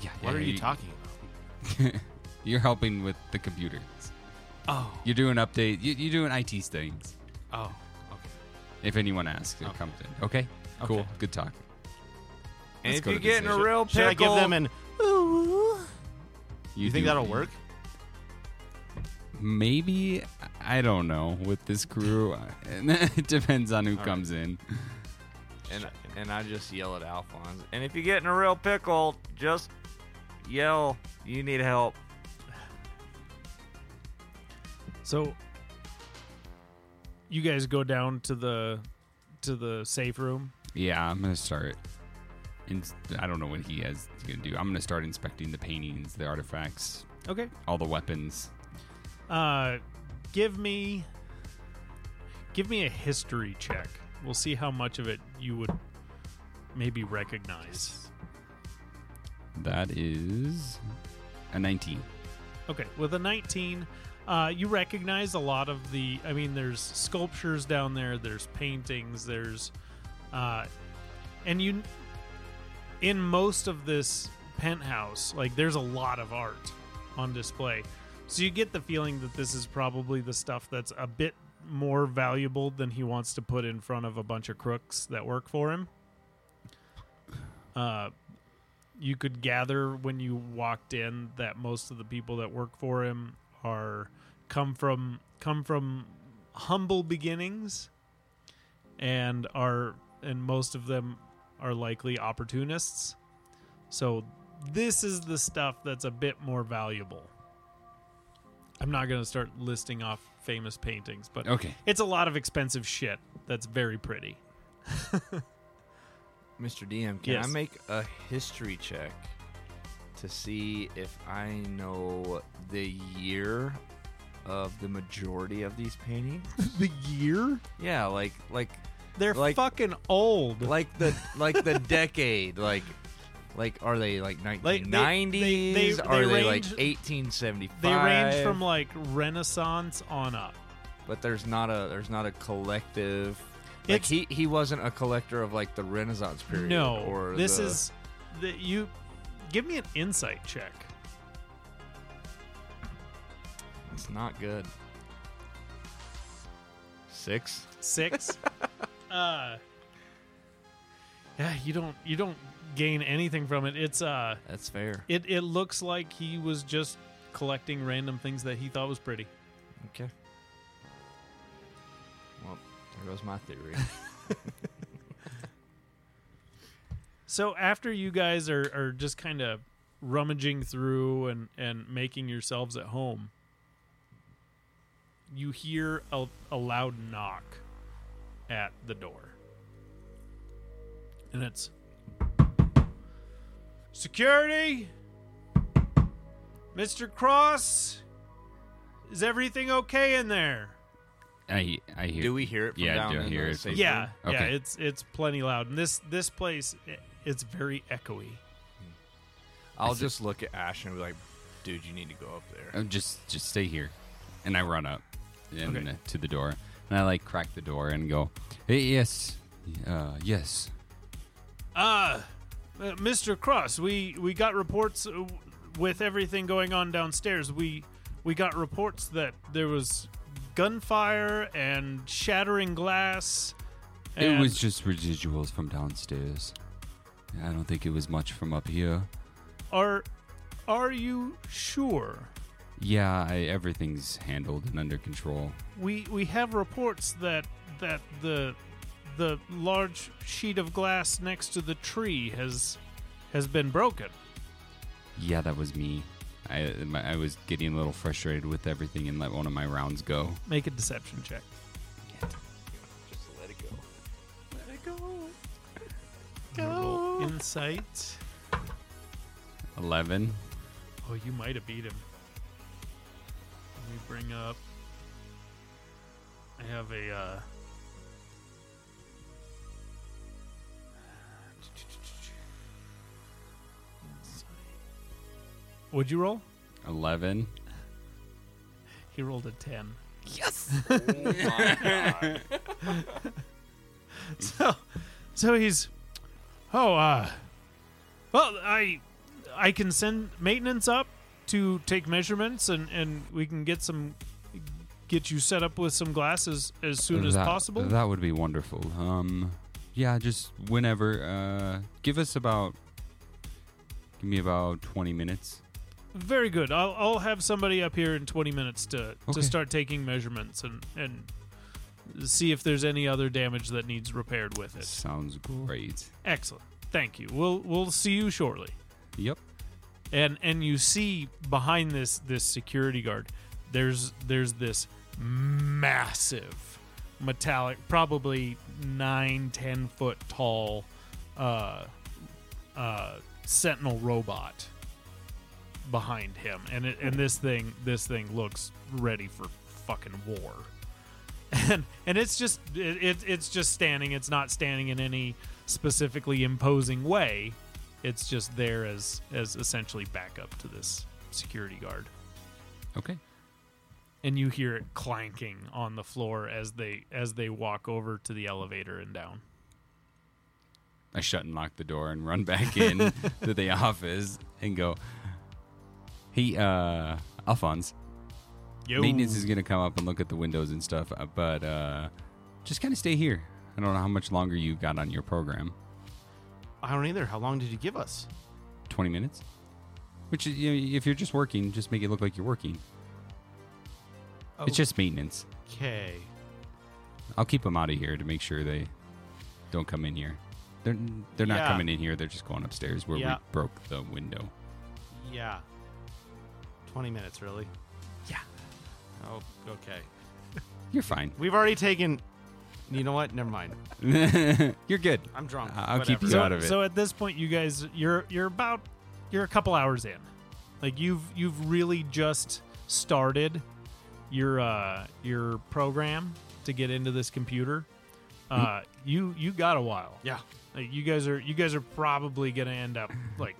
S4: Yeah.
S2: What
S4: yeah,
S2: are you talking about?
S4: You're helping with the computers.
S2: Oh.
S4: You're doing update. You, you're doing IT things.
S2: Oh. Okay.
S4: If anyone asks, it
S2: Okay.
S4: comes in. Okay. Cool.
S2: Okay.
S4: Good talk.
S3: And
S4: Let's
S3: if
S4: go
S3: you
S4: to the
S3: get in a
S4: decision.
S3: real pickle,
S2: Should I give them an? Oh, Ooh. You, think
S4: do-
S2: that'll work?
S4: Maybe I don't know with this crew. I- it depends on who comes in.
S3: and
S2: checking.
S3: and I just yell at Alphonse. And if you get in a real pickle, just yell. You need help.
S1: So you guys go down to the to the safe room.
S4: Yeah, I'm gonna start. ins I don't know what he has he's gonna do. I'm gonna start inspecting the paintings, the artifacts,
S1: Okay.
S4: all the weapons.
S1: Uh give me give me a history check. We'll see how much of it you would maybe recognize.
S4: That is a 19.
S1: Okay, with a 19, uh, you recognize a lot of the. I mean, there's sculptures down there, there's paintings, there's. Uh, and you. In most of this penthouse, like, there's a lot of art on display. So you get the feeling that this is probably the stuff that's a bit more valuable than he wants to put in front of a bunch of crooks that work for him. Uh, you could gather when you walked in that most of the people that work for him are come from come from humble beginnings and are and most of them are likely opportunists so this is the stuff that's a bit more valuable i'm not going to start listing off famous paintings but
S4: Okay.
S1: it's a lot of expensive shit that's very pretty
S3: Mr. DM, can
S1: Yes.
S3: I make a history check to see if I know the year of the majority of these paintings?
S1: the year
S3: yeah, like like
S1: they're
S3: Like-
S1: fucking old
S3: like the like the decade, like like are they like 1990s?
S1: Like, they- they- they-
S3: are
S1: they
S3: they, like
S1: range-
S3: 1875?
S1: They range from like Renaissance on up.
S3: but there's not a there's not a collective
S1: It's-
S3: like he he wasn't a collector of like the Renaissance period.
S1: no,
S3: or
S1: this
S3: the-
S1: is the, you. Give me an insight check.
S3: it's not good. Six.
S1: Six. uh, yeah, you don't you don't gain anything from it. It's uh,
S3: That's fair.
S1: it it looks like he was just collecting random things that he thought was pretty.
S3: Okay. Well, there goes my theory.
S1: So after you guys are, are just kind of rummaging through and, and making yourselves at home, you hear a, a loud knock at the door. And it's security. Mr. Cross, is everything okay in there?
S4: I I hear.
S3: do we hear it from
S4: Yeah,
S3: down
S4: do I
S3: in
S4: hear
S3: the
S4: it from-
S3: safe
S1: Yeah,
S3: room?
S1: yeah,
S4: Okay.
S1: it's it's plenty loud. And this this place i- it's very echoey.
S3: I'll
S4: see.
S3: just look at Ash and be like, dude, you need to go up there.
S4: Oh, just just stay here, and I run up and
S1: Okay.
S4: uh, to the door, and I like crack the door and go, hey, yes, uh, yes,
S1: Uh, uh, Mr. Cross, we we got reports uh, w- with everything going on downstairs. We we got reports that there was gunfire and shattering glass.
S4: It
S1: and-
S4: was just residuals from downstairs. I don't think it was much from up here.
S1: Are are you sure?
S4: Yeah, I, everything's handled and under control.
S1: We we have reports that that the the large sheet of glass next to the tree has has been broken.
S4: Yeah, that was me. I my, I was getting a little frustrated with everything and let one of my rounds go.
S1: Make a deception check.
S3: Just let it go.
S1: Insight.
S4: Eleven.
S1: Oh, you might have beat him. Let me bring up. I have a. Uh, Would you roll?
S4: Eleven.
S1: He rolled a 10. Yes! so, so he's. Oh, uh. Well, I. I can send maintenance up to take measurements and, and we can get some. Get you set up with some glasses as soon as
S4: That-
S1: possible.
S4: That would be wonderful. Um, yeah, just whenever. Uh, give us about. Give me about twenty minutes.
S1: Very good. I'll, I'll have somebody up here in 20 minutes to,
S4: Okay.
S1: to start taking measurements and, and see if there's any other damage that needs repaired with it.
S4: Sounds great.
S1: Excellent. Thank you. We'll we'll see you shortly.
S4: Yep.
S1: And and you see behind this this security guard, there's there's this massive metallic, probably nine ten foot tall, uh, uh, sentinel robot behind him, and it, and this thing this thing looks ready for fucking war. And, and it's just it, it, it's just standing. It's not standing in any specifically imposing way. It's just there as as essentially backup to this security guard.
S4: Okay.
S1: And you hear it clanking on the floor as they as they walk over to the elevator and down.
S4: I shut and lock the door and run back in to the office and go, Hey, uh, Alphonse,
S1: Yo.
S4: maintenance is going to come up and look at the windows and stuff, uh, but uh, just kind of stay here. I don't know how much longer you got on your program.
S2: I don't either. How long did you give us?
S4: 20 minutes? Which, is- you know, if you're just working, just make it look like you're working. It's just maintenance.
S2: Okay.
S4: I'll keep them out of here to make sure they don't come in here. They're, they're not
S2: Yeah.
S4: coming in here. They're just going upstairs where
S2: Yeah.
S4: we broke the window.
S2: Yeah. 20 minutes, really?
S1: Yeah.
S2: Oh, okay.
S4: You're fine.
S2: We've already taken. You know what? Never mind.
S4: you're good.
S2: I'm drunk.
S4: I'll keep
S2: Whatever.
S4: you
S1: so,
S4: out of it.
S1: so at this point, you guys, you're you're about you're a couple hours in, like you've you've really just started your uh, your program to get into this computer. Uh,
S4: Mm-hmm.
S1: you you got a while.
S2: Yeah.
S1: Like, you guys are you guys are probably gonna end up like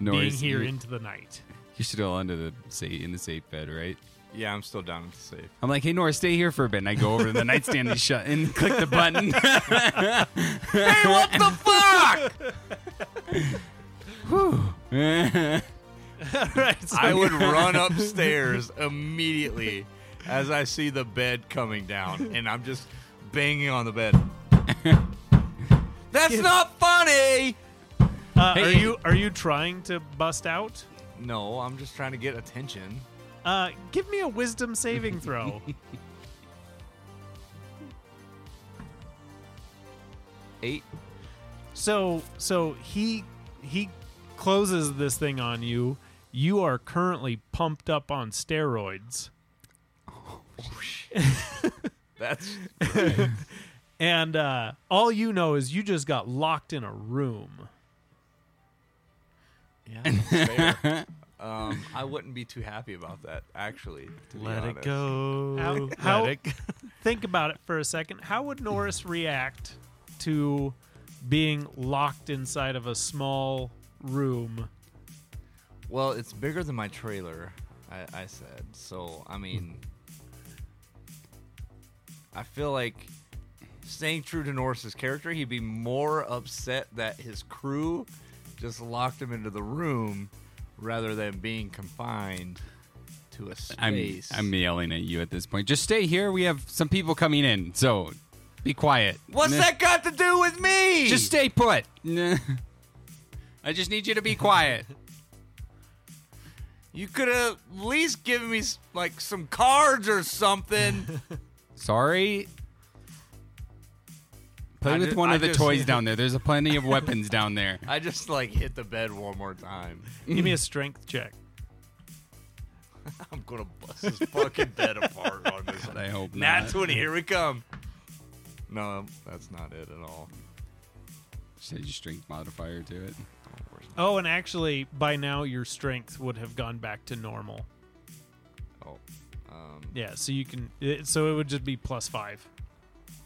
S4: No
S1: being
S4: worries.
S1: here
S4: You're-
S1: into the night.
S4: You're still under the safe in the safe bed, right?
S3: Yeah, I'm still down with the safe.
S4: I'm like, hey Nora, stay here for a bit. And I go over to the nightstand and shut and click the button. hey, what the fuck? Whew.
S1: right. So,
S3: I would run upstairs immediately as I see the bed coming down, and I'm just banging on the bed. That's not funny.
S1: uh,
S4: Hey.
S1: Are you are you trying to bust out?
S3: No, I'm just trying to get attention.
S1: Uh, give me a wisdom saving throw.
S3: Eight.
S1: So so he he closes this thing on you. You are currently pumped up on steroids.
S3: That's
S1: And uh, all you know is you just got locked in a room.
S3: yeah. that's fair. um, I wouldn't be too happy about that, actually. to be
S2: Let it
S3: honest.
S2: go.
S1: How-
S2: Let
S1: how-
S2: it go.
S1: Think about it for a second. How would Norris react to being locked inside of a small room?
S3: Well, it's bigger than my trailer. I, I said so. I mean, I feel like staying true to Norris's character, he'd be more upset that his crew just locked him into the room rather than being confined to a
S4: I'm
S3: space.
S4: I'm yelling at you at this point. Just stay here. We have some people coming in, so be quiet.
S3: What's that got to do with me?
S4: Just stay put. I just need you to be quiet.
S3: you could have at least given me s- like some cards or something.
S4: Sorry. Play
S3: I
S4: with
S3: ju-
S4: one
S3: I
S4: of the
S3: just-
S4: toys down there. There's a plenty of weapons down there.
S3: I just like hit the bed one more time.
S1: Give me a strength check.
S3: I'm gonna bust this fucking bed apart on this
S4: I hope
S3: Nat
S4: not.
S3: 20, here we come. No, that's not it at all.
S4: Should I just drink modifier to it?
S1: Oh, and actually, by now your strength would have gone back to normal.
S3: Oh, um,
S1: Yeah, so you can. It, so it would just be plus five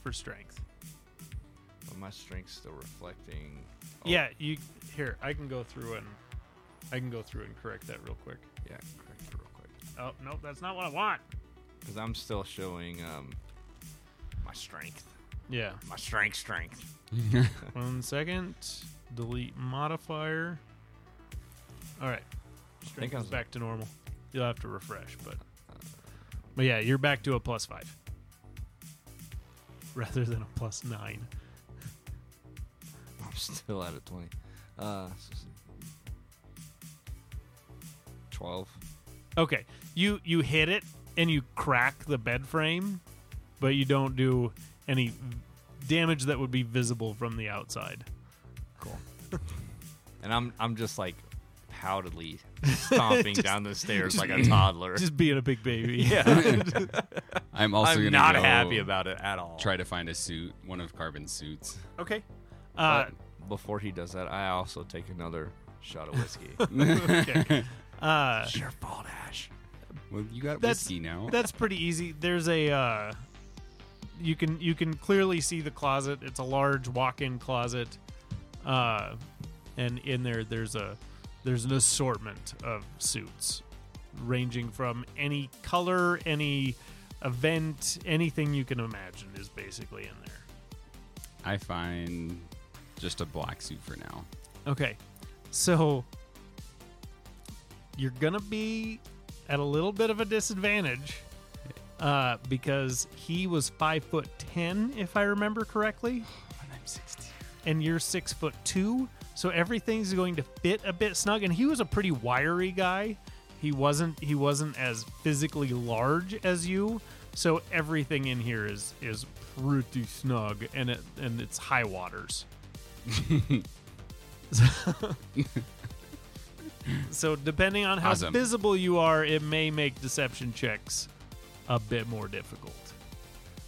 S1: for strength.
S3: but my strength's still reflecting. Oh,
S1: Yeah, you here. I can go through and I can go through and correct that real quick.
S3: Yeah, correct it real quick.
S1: Oh no, that's not what I want.
S3: Because I'm still showing um, my strength.
S1: Yeah.
S3: My strength, strength.
S1: One second. Delete modifier. All right. Strength
S3: I
S1: is
S3: was-
S1: back to normal. You'll have to refresh, but but yeah, you're back to a plus five rather than a plus nine.
S3: I'm still at a 20. Uh, s- s- 12.
S1: Okay, you you hit it and you crack the bed frame, but you don't do any damage that would be visible from the outside.
S3: Cool. and I'm I'm just like poutedly stomping down the stairs like a toddler.
S1: Just being a big baby.
S3: yeah,
S4: I'm also
S3: I'm
S4: gonna
S3: not
S4: go
S3: happy about it at all.
S4: Try to find a suit, one of Carbon's suits.
S1: Okay. Uh,
S3: Before he does that, I also take another shot of whiskey.
S1: okay. Uh,
S3: it's your fault, Ash.
S4: Well, you got
S1: That's-
S4: whiskey now.
S1: that's pretty easy. There's a uh, you can you can clearly see the closet. It's a large walk-in closet, uh, and in there there's a there's an assortment of suits, ranging from any color, any event, anything you can imagine is basically in there.
S4: I find just a black suit for now.
S1: Okay, so you're gonna be at a little bit of a disadvantage uh, because he was five foot ten, if I remember correctly,
S4: When I'm 16.
S1: and you're six foot two, so everything's going to fit a bit snug. And he was a pretty wiry guy. He wasn't he wasn't as physically large as you, so everything in here is is pretty snug, and it and it's high waters. so depending on how
S4: Awesome.
S1: visible you are, it may make deception checks a bit more difficult.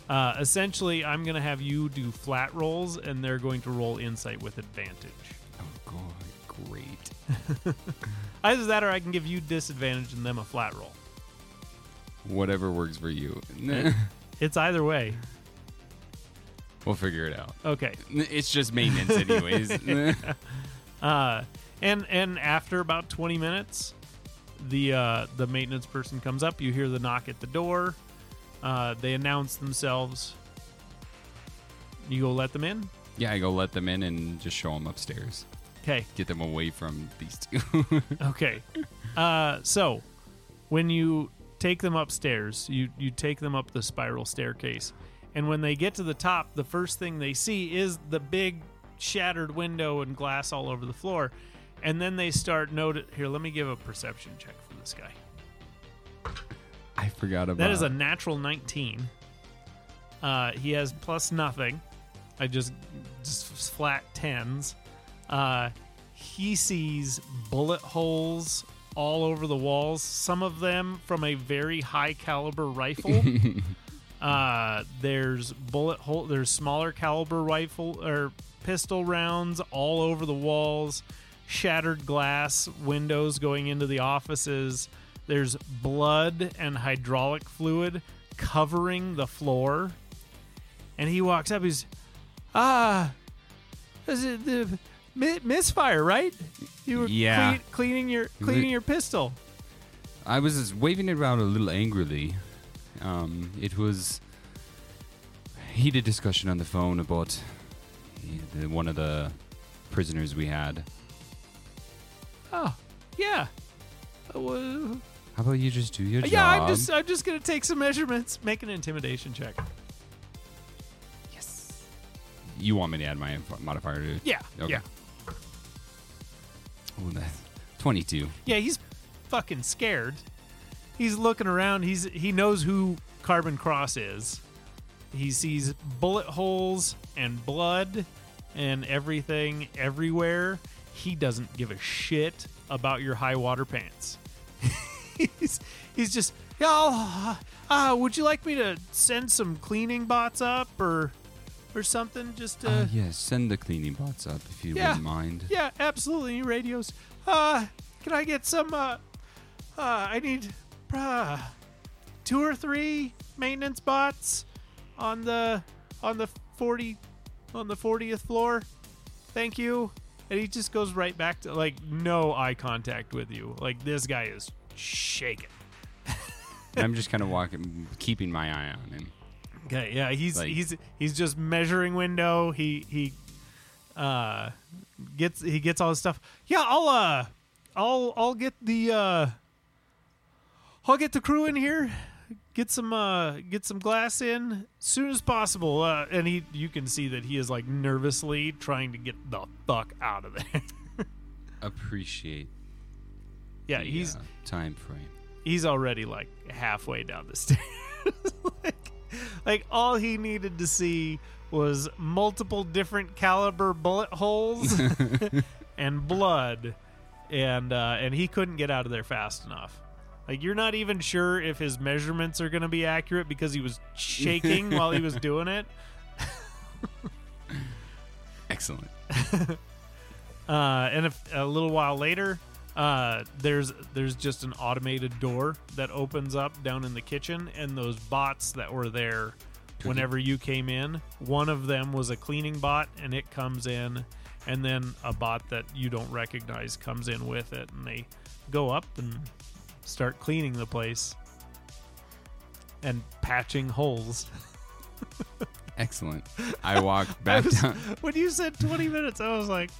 S1: Uh, essentially, I'm going to have you do flat rolls, and they're going to roll insight with advantage.
S4: Oh god, great.
S1: Either that, or I can give you disadvantage and them a flat roll.
S4: Whatever works for you.
S1: It's either way.
S4: we'll figure it out.
S1: Okay.
S4: It's just maintenance, anyways.
S1: Uh, and and after about 20 minutes, the uh, the maintenance person comes up. You hear the knock at the door. Uh, they announce themselves. You go let them in.
S4: yeah, I go let them in and just show them upstairs.
S1: Okay.
S4: Get them away from these two.
S1: Okay. Uh, so, when you take them upstairs, you, you take them up the spiral staircase. And when they get to the top, the first thing they see is the big shattered window and glass all over the floor. And then they start noting. Here, let me give a perception check for this guy.
S4: I forgot about
S1: That is a natural 19. Uh, he has plus nothing. I just just flat tens. Uh, he sees bullet holes all over the walls. Some of them from a very high caliber rifle. uh, there's bullet hole. There's smaller caliber rifle or pistol rounds all over the walls. Shattered glass windows going into the offices. There's blood and hydraulic fluid covering the floor. And he walks up. He's ah, is it the mi- misfire? Right? You were
S4: Yeah.
S1: clean, cleaning your cleaning your pistol.
S4: I was just waving it around a little angrily. Um, it was heated discussion on the phone about the, one of the prisoners we had.
S1: Oh, yeah. Uh, wha-
S4: How about you just do your job?
S1: Uh, Yeah, I'm just I'm just gonna take some measurements. Make an intimidation check.
S4: You want me to add my inf- modifier to?
S1: Yeah,
S4: Okay.
S1: yeah,
S4: Oh, that's twenty-two.
S1: yeah. He's fucking scared. He's looking around. He's he knows who Carbon Cross is. He sees bullet holes and blood and everything everywhere. He doesn't give a shit about your high water pants. he's he's just yeah. Uh, would you like me to send some cleaning bots up or or something? Just uh,
S4: Uh, yes, send the cleaning bots up if you
S1: Yeah.
S4: wouldn't mind.
S1: Yeah, absolutely. Any radios? Uh, can I get some? Uh, uh I need uh, two or three maintenance bots on the on the forty on the fortieth floor. Thank you. And he just goes right back to like no eye contact with you. Like this guy is shaking.
S4: I'm just kind of walking, keeping my eye on him.
S1: Okay, yeah, he's
S4: Like-
S1: he's he's just measuring window. He he uh gets he gets all his stuff. Yeah, I'll uh I'll I'll get the uh I'll get the crew in here. Get some uh get some glass in soon as possible. Uh and he you can see that he is like nervously trying to get the fuck out of there.
S4: Appreciate.
S1: yeah,
S4: the,
S1: he's
S4: uh, time frame.
S1: he's already like halfway down the stairs. like like all he needed to see was multiple different caliber bullet holes and blood, and uh, and he couldn't get out of there fast enough. Like you're not even sure if his measurements are going to be accurate because he was shaking while he was doing it.
S4: Excellent.
S1: Uh, and if, a little while later, uh, there's there's just an automated door that opens up down in the kitchen, and those bots that were there whenever you came in, one of them was a cleaning bot, and it comes in, and then a bot that you don't recognize comes in with it, and they go up and start cleaning the place and patching holes.
S4: Excellent. I walked back
S1: was-
S4: down.
S1: When you said 20 minutes, I was like,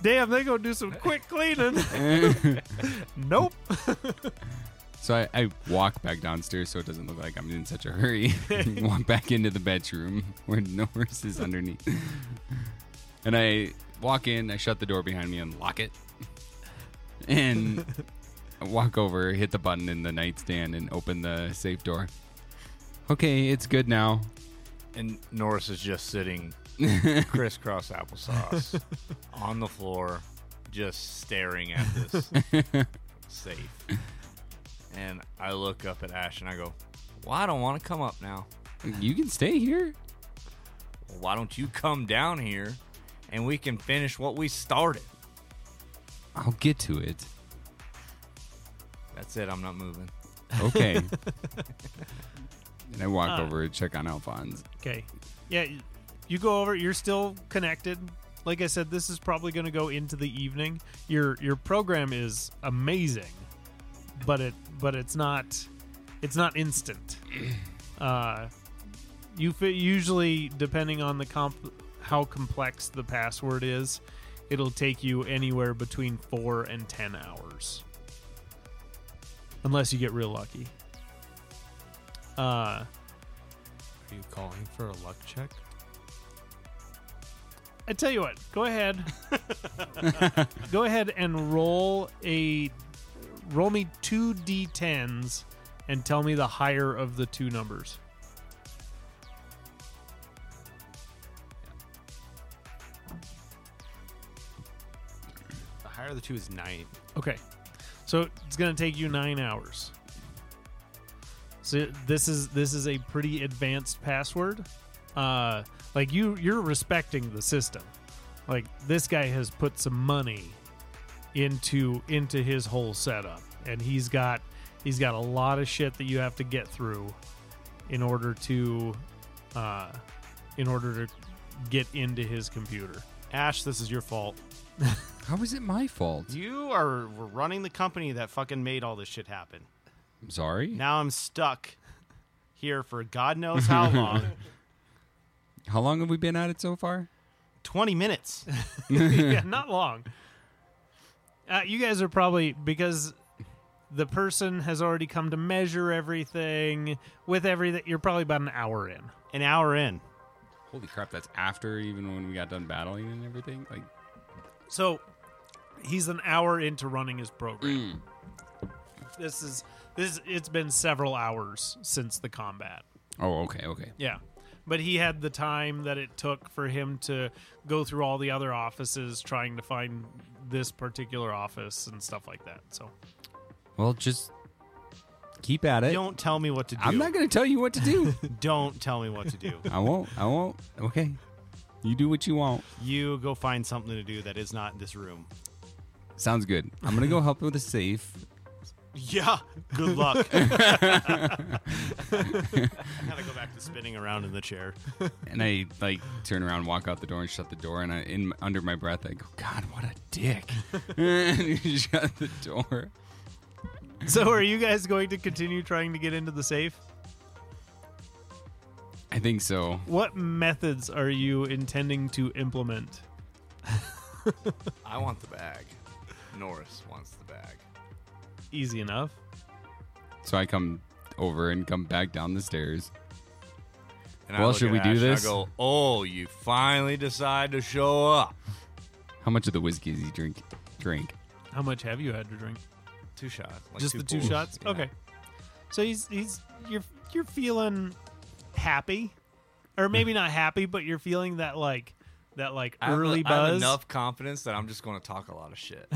S1: damn, they going to do some quick cleaning. nope.
S4: so I, I walk back downstairs so it doesn't look like I'm in such a hurry. walk back into the bedroom where Norris is underneath. And I walk in, I shut the door behind me and lock it. And I walk over, hit the button in the nightstand and open the safe door. Okay, it's good now.
S3: And Norris is just sitting crisscross applesauce on the floor, just staring at this safe. And I look up at Ash and I go, Well, I don't want to come up now.
S4: You can stay here.
S3: Well, why don't you come down here and we can finish what we started?
S4: I'll get to it.
S3: That's it. I'm not moving.
S4: Okay. and I walk
S1: Ah.
S4: over to check on Alphonse.
S1: Okay. Yeah, y- you go over. You're still connected. Like I said, this is probably going to go into the evening. Your your program is amazing, but it but it's not it's not instant. Uh, you fi- usually depending on the comp how complex the password is, it'll take you anywhere between four and ten hours, unless you get real lucky. Uh,
S2: Are you calling for a luck check?
S1: I tell you what, go ahead. go ahead and roll a roll me two d10s and tell me the higher of the two numbers.
S2: The higher of the two is nine.
S1: Okay. So it's going to take you 9 hours. So this is this is a pretty advanced password. Uh like you you're respecting the system. Like this guy has put some money into into his whole setup and he's got he's got a lot of shit that you have to get through in order to uh in order to get into his computer.
S2: Ash, this is your fault.
S4: How is it my fault?
S2: You are were running the company that fucking made all this shit happen.
S4: I'm sorry.
S2: Now I'm stuck here for God knows how long.
S4: How long have we been at it so far?
S2: 20 minutes.
S1: yeah, not long. Uh, you guys are probably because the person has already come to measure everything with everything. You're probably about an hour in.
S2: An hour in.
S4: Holy crap, that's after even when we got done battling and everything? Like,
S1: So he's an hour into running his program. This is this. It's been several hours since the combat.
S4: oh, okay, okay.
S1: Yeah. But he had the time that it took for him to go through all the other offices trying to find this particular office and stuff like that. So
S4: Well, just keep at it.
S2: Don't tell me what to do.
S4: I'm not going to tell you what to do.
S2: Don't tell me what to do.
S4: I won't. I won't. Okay. You do what you want.
S2: you go find something to do that is not in this room.
S4: Sounds good. I'm going to go help with the safe.
S2: Yeah. Good luck. I gotta go back to spinning around in the chair.
S4: And I, like, turn around, walk out the door, and shut the door. And I, in under my breath, I go, God, what a dick. and you shut the door.
S1: So are you guys going to continue trying to get into the safe?
S4: I think so.
S1: What methods are you intending to implement?
S3: I want the bag. Norris wants the bag.
S1: Easy enough.
S4: So I come over and come back down the stairs.
S3: And
S4: Well,
S3: look
S4: should
S3: at
S4: we do
S3: Ash and
S4: this?
S3: I go, Oh, you finally decide to show up.
S4: How much of the whiskey does he drink? Drink.
S1: How much have you had to drink?
S3: Two shots. like
S1: Just the two
S3: pulls.
S1: shots.
S3: Yeah.
S1: Okay. So he's he's you're you're feeling happy, or maybe not happy, but you're feeling that like that like
S3: Hmm. I have,
S1: early
S3: I have
S1: buzz.
S3: enough confidence that I'm just going to talk a lot of shit.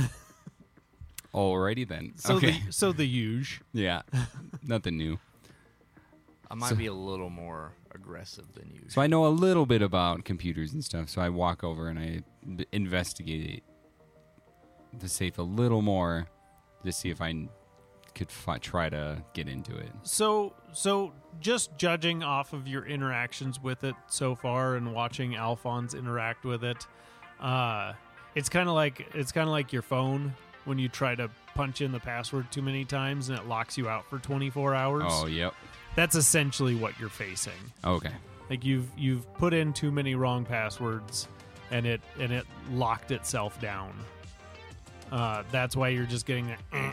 S4: Alrighty then.
S1: So
S4: okay.
S1: the so the huge.
S4: yeah. Nothing new.
S3: I might be a little more aggressive than you.
S4: So I know a little bit about computers and stuff. So I walk over and I b- investigate the safe a little more to see if I n- could fi- try to get into it.
S1: So so just judging off of your interactions with it so far and watching Alphonse interact with it, uh, it's kind of like it's kind of like your phone when you try to punch in the password too many times and it locks you out for 24 hours.
S4: Oh, yep.
S1: That's essentially what you're facing.
S4: Okay.
S1: Like you've you've put in too many wrong passwords and it and it locked itself down. Uh, that's why you're just getting that "Eh,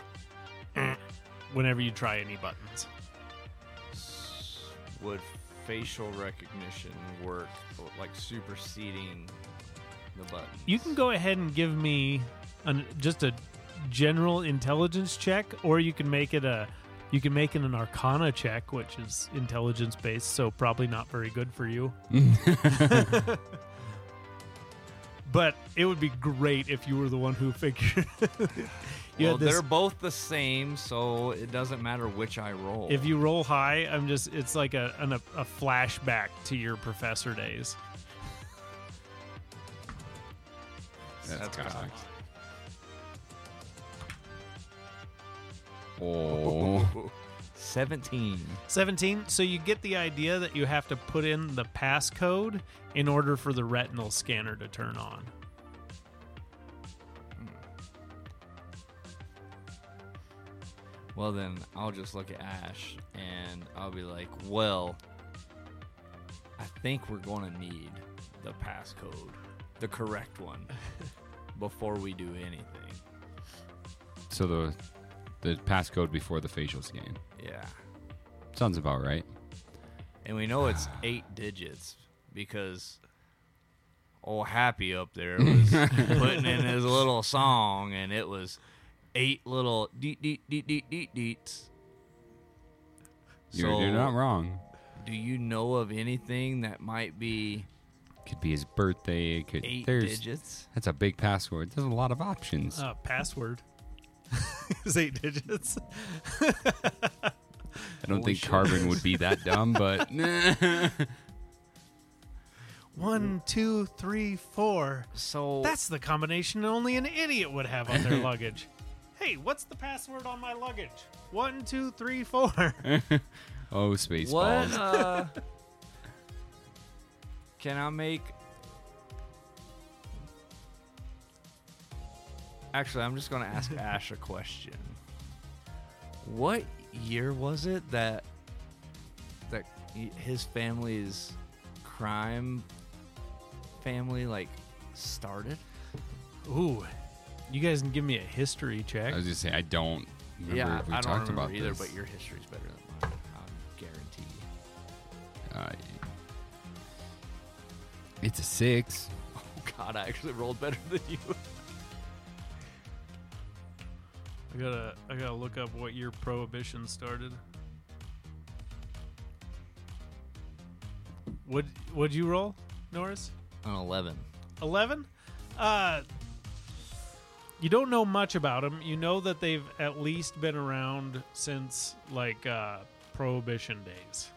S1: eh," whenever you try any buttons.
S3: Would facial recognition work, like superseding the button?
S1: You can go ahead and give me an, just a general intelligence check, or you can make it a you can make it an Arcana check, which is intelligence based, so probably not very good for you. but it would be great if you were the one who figured. you
S3: well,
S1: had this-
S3: they're both the same, so it doesn't matter which I roll.
S1: if you roll high, I'm just it's like a an, a flashback to your professor days.
S3: That's
S4: cocked. Oh.
S3: seventeen,
S1: 17 so you get the idea that you have to put in the passcode in order for the retinal scanner to turn on
S3: well then I'll just look at Ash and I'll be like, "Well, I think we're going to need the passcode, the correct one, before we do anything."
S4: So the the passcode before the facial scan
S3: Yeah.
S4: sounds about right.
S3: And we know it's eight digits because old Happy up there was putting in his little song, and it was eight little deet deet deet deet deet deets.
S4: You're, you're not wrong.
S3: do you know of anything that might be
S4: Could be his birthday. It could
S3: eight
S4: there's
S3: digits?
S4: that's a big password. There's a lot of options.
S3: Oh,
S1: uh, password is eight digits
S4: I don't
S3: holy
S4: think
S3: shit.
S4: Carbon would be that dumb, but
S1: one two three four
S3: So
S1: that's the combination only an idiot would have on their luggage hey what's the password on my luggage one two three four
S4: oh, spaceballs.
S3: what. Uh, can I make? Actually, I'm just going to ask Ash a question. What year was it that that he- his family's crime family like started?
S1: ooh you guys can give me a history check
S4: I was just saying I don't remember if we
S3: I don't
S4: talked
S3: remember
S4: about
S3: either,
S4: this.
S3: but your history's better than mine. I guarantee you.
S4: Uh, it's a six.
S3: Oh God, I actually rolled better than you.
S1: i gotta i gotta look up what year prohibition started would would you roll norris
S3: An eleven.
S1: 11 uh you don't know much about them you know that they've at least been around since like uh prohibition days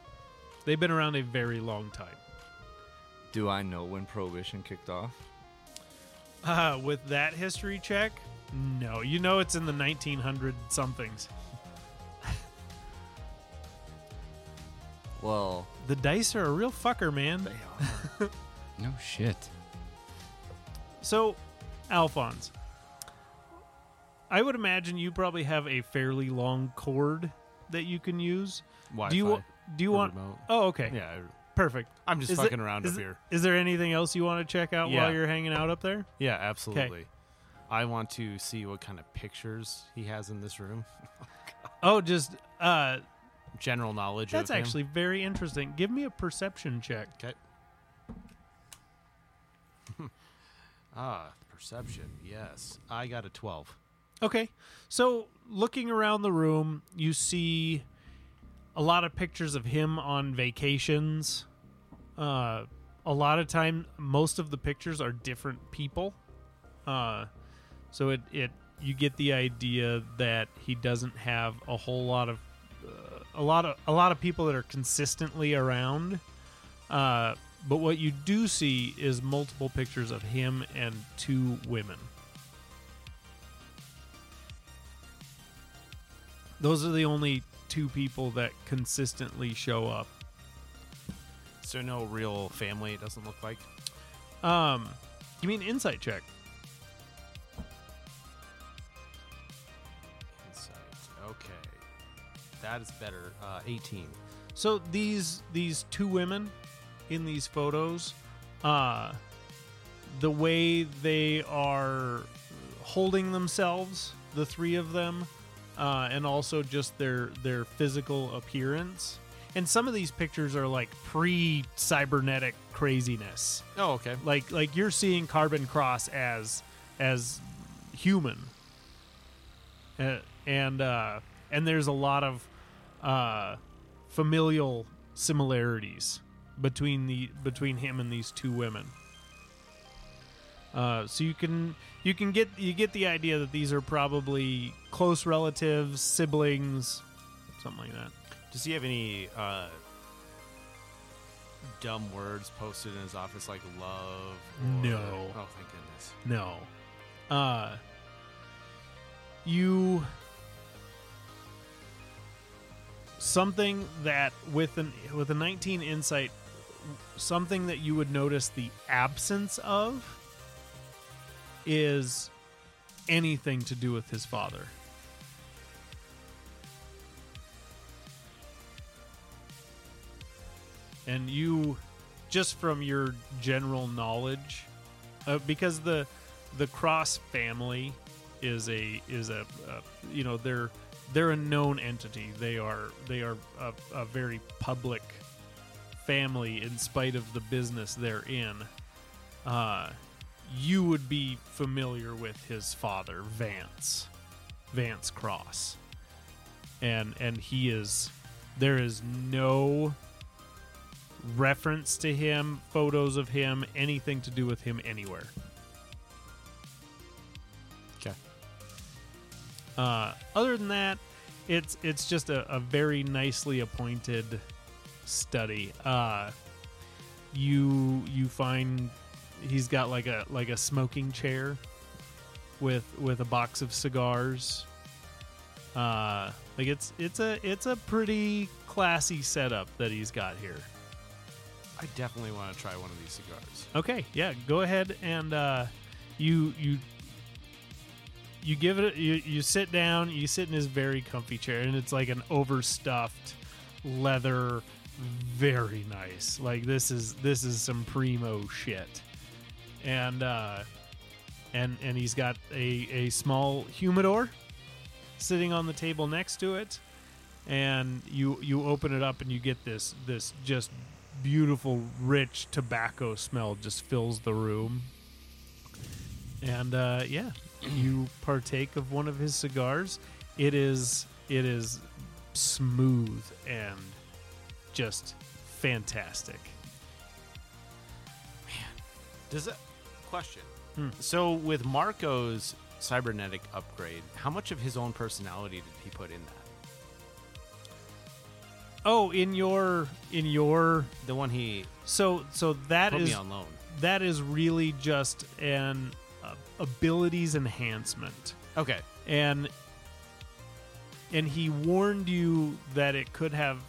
S1: they've been around a very long time
S3: Do I know when Prohibition kicked off?
S1: uh with that history check no you know it's in the 1900 somethings
S3: Well,
S1: the dice are a real fucker man
S3: they are.
S4: No shit.
S1: So, Alphonse, I would imagine you probably have a fairly long cord that you can use. Do you wa-
S2: Wi-Fi
S1: do you
S2: or
S1: want?
S2: remote.
S1: Oh, okay.
S2: Yeah,
S1: Perfect.
S2: I'm just
S1: Is
S2: fucking
S1: there-
S2: around
S1: is
S2: up
S1: th-
S2: here.
S1: Is there anything else you want to check out
S2: Yeah.
S1: while you're hanging out up there?
S2: Yeah, absolutely. I want to see what kind of pictures he has in this room.
S1: Oh, just uh,
S2: General knowledge.
S1: that's
S2: of him.
S1: actually very interesting. Give me a perception check.
S2: okay. ah, perception. Yes, I got a twelve.
S1: Okay. So, looking around the room, you see a lot of pictures of him on vacations. Uh, a lot of time, most of the pictures are different people. Uh, so it, it you get the idea that he doesn't have a whole lot of uh, a lot of a lot of people that are consistently around. Uh, but what you do see is multiple pictures of him and two women. Those are the only two people that consistently show up.
S2: Is there no real family? It doesn't look like.
S1: Um, give me an insight check.
S2: Insight. Okay, that is better. Uh, Eighteen.
S1: So these these two women in these photos, uh, the way they are holding themselves, the three of them, uh, and also just their their physical appearance. And some of these pictures are like pre cybernetic craziness.
S2: Oh, okay.
S1: Like like you're seeing Carbon Cross as as human, uh, and uh, and there's a lot of uh, familial similarities between the between him and these two women. Uh, so you can you can get you get the idea that these are probably close relatives, siblings, something like that.
S2: Does he have any uh, dumb words posted in his office like love? Or...
S1: No.
S2: Oh, thank goodness.
S1: No. Uh you something that with an with a 19 insight something that you would notice the absence of is anything to do with his father. And you just from your general knowledge uh, because the the cross family is a is a uh, you know they're they're a known entity they are they are a, a very public family in spite of the business they're in uh, you would be familiar with his father vance vance cross and and he is there is no reference to him photos of him anything to do with him anywhere
S2: Okay.
S1: Uh, other than that, it's it's just a, a very nicely appointed study. Uh, you you find he's got like a like a smoking chair with with a box of cigars. Uh, like it's it's a it's a pretty classy setup that he's got here.
S2: I definitely want to try one of these cigars.
S1: Okay, yeah, go ahead and uh, you you you give it you you sit down, you sit in his very comfy chair and it's like an overstuffed leather very nice. Like this is this is some primo shit. And uh and and he's got a a small humidor sitting on the table next to it and you you open it up and you get this this just beautiful rich tobacco smell just fills the room and uh, yeah you partake of one of his cigars it is it is smooth and just fantastic
S2: Does it? Question.
S1: Hmm.
S2: So with Marco's cybernetic upgrade, how much of his own personality did he put in that?
S1: oh in your in your
S2: The one he
S1: so so that
S2: put
S1: is
S2: me on loan.
S1: that is really just an uh, abilities enhancement
S2: Okay.
S1: and and he warned you that it could have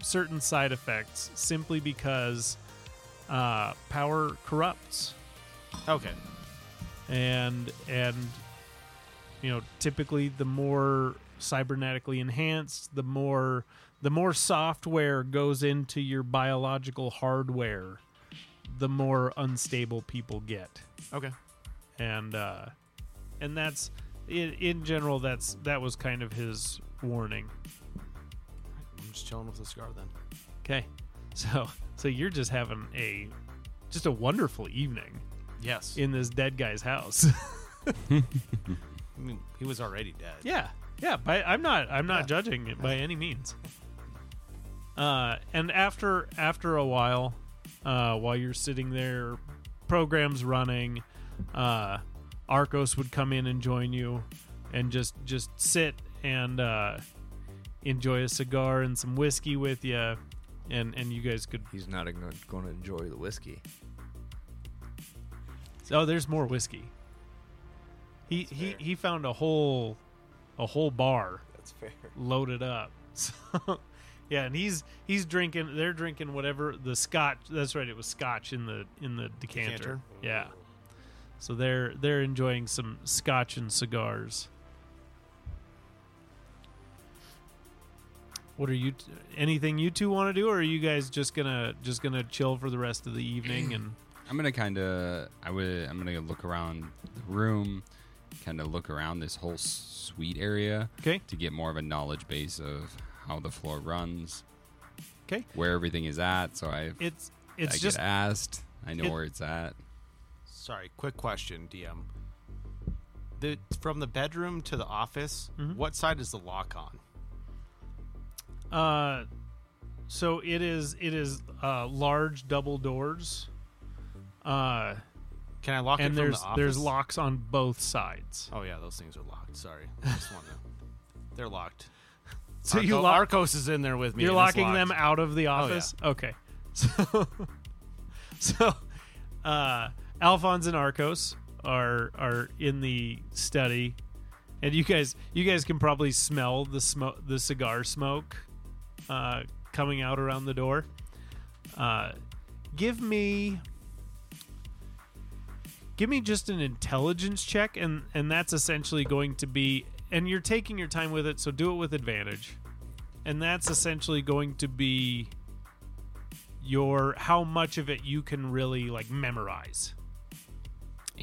S1: certain side effects simply because uh, power corrupts
S2: Okay.
S1: and and you know typically the more cybernetically enhanced the more the more software goes into your biological hardware the more unstable people get
S2: Okay.
S1: and uh and that's in, in general that's that was kind of his warning
S2: I'm just chilling with the cigar then.
S1: okay so so you're just having a just a wonderful evening
S2: Yes.
S1: in this dead guy's house
S2: I mean, he was already dead.
S1: yeah yeah but i'm not i'm not judging it by any means Uh, and after after a while, uh, while you're sitting there, programs running, uh, Arcos would come in and join you, and just just sit and uh, enjoy a cigar and some whiskey with you, and and you guys could.
S3: He's not going to enjoy the whiskey.
S1: Oh, there's more whiskey. He he he found a whole a whole bar
S6: That's fair.
S1: loaded up. So yeah, and he's he's drinking. They're drinking whatever the scotch. That's right. It was scotch in the in the decanter.
S2: Decanter.
S1: Yeah. So they're they're enjoying some scotch and cigars. What are you? T- anything you two want to do, or are you guys just gonna just gonna chill for the rest of the evening? And
S4: I'm gonna kind of I would I'm gonna look around the room, kind of look around this whole suite area
S1: okay,
S4: to get more of a knowledge base of how the floor runs,
S1: okay,
S4: where everything is at. So I
S1: it's
S4: I
S1: it's
S4: get
S1: just
S4: asked, I know
S1: it-
S4: where it's at.
S2: Sorry, quick question, DM. The from the bedroom to the office,
S1: Mm-hmm.
S2: what side is the lock on?
S1: Uh, so it is it is uh, large double doors, uh,
S2: Can I lock it
S1: and
S2: from
S1: there's
S2: the office?
S1: there's locks on both sides.
S2: Oh yeah, those things are locked. Sorry, I just want to. They're locked.
S1: So
S2: Arco-
S1: you lock,
S2: Arcos is in there with me.
S1: you're
S2: and it's
S1: locking them
S2: locked.
S1: out of the
S2: yeah.
S1: office. Okay, so so uh, Alphonse and Arcos are are in the study, and you guys you guys can probably smell the smoke the cigar smoke uh, coming out around the door. Uh, give me give me just an intelligence check and and that's essentially going to be and you're taking your time with it so do it with advantage and that's essentially going to be your how much of it you can really like memorize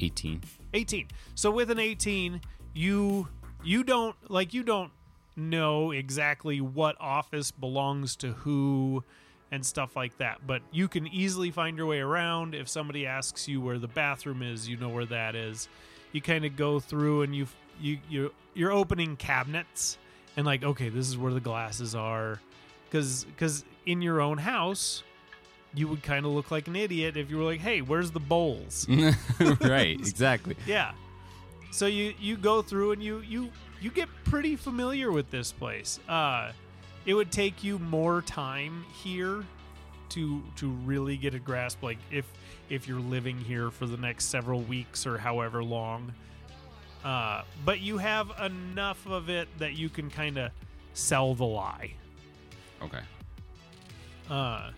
S4: 18.
S1: 18 so with an 18 you you don't like you don't know exactly what office belongs to who and stuff like that but you can easily find your way around if somebody asks you where the bathroom is you know where that is you kind of go through and you you you you're opening cabinets and like okay this is where the glasses are cuz cuz in your own house you would kind of look like an idiot if you were like hey where's the bowls
S4: right, exactly.
S1: yeah. So you you go through and you you you get pretty familiar with this place. Uh, it would take you more time here to to really get a grasp. Like if if you're living here for the next several weeks or however long, uh, but you have enough of it that you can kind of sell the lie.
S4: Okay.
S1: Uh,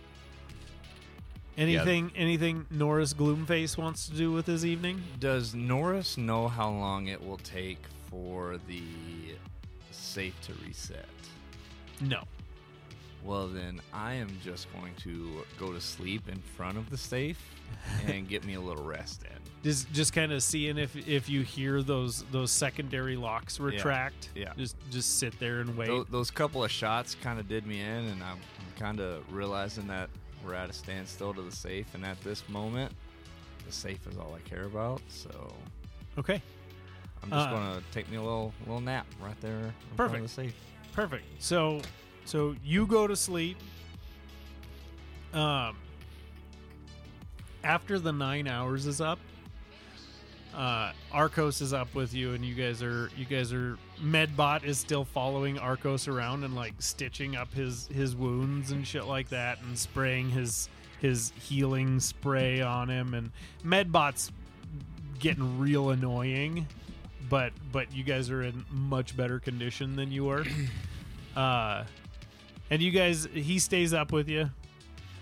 S1: anything anything Norris Gloomface wants to do with his evening?
S3: Does Norris know how long it will take for the safe to reset?
S1: No.
S3: Well, then I am just going to go to sleep in front of the safe and get me a little rest in.
S1: just just kind of seeing if if you hear those those secondary locks retract
S3: yeah.
S1: just just sit there and wait
S3: Those, those couple of shots kind of did me in, and I'm, I'm kind of realizing that we're at a standstill to the safe. And at this moment, the safe is all I care about. So
S1: okay
S3: I'm just
S1: Uh,
S3: going to take me a little little nap right there in front of
S1: Perfect.
S3: the safe.
S1: perfect so so you go to sleep um after the nine hours is up uh arcos is up with you and you guys are you guys are medbot is still following arcos around and like stitching up his his wounds and shit like that and spraying his his healing spray on him and medbot's getting real annoying but but you guys are in much better condition than you were uh and you guys he stays up with you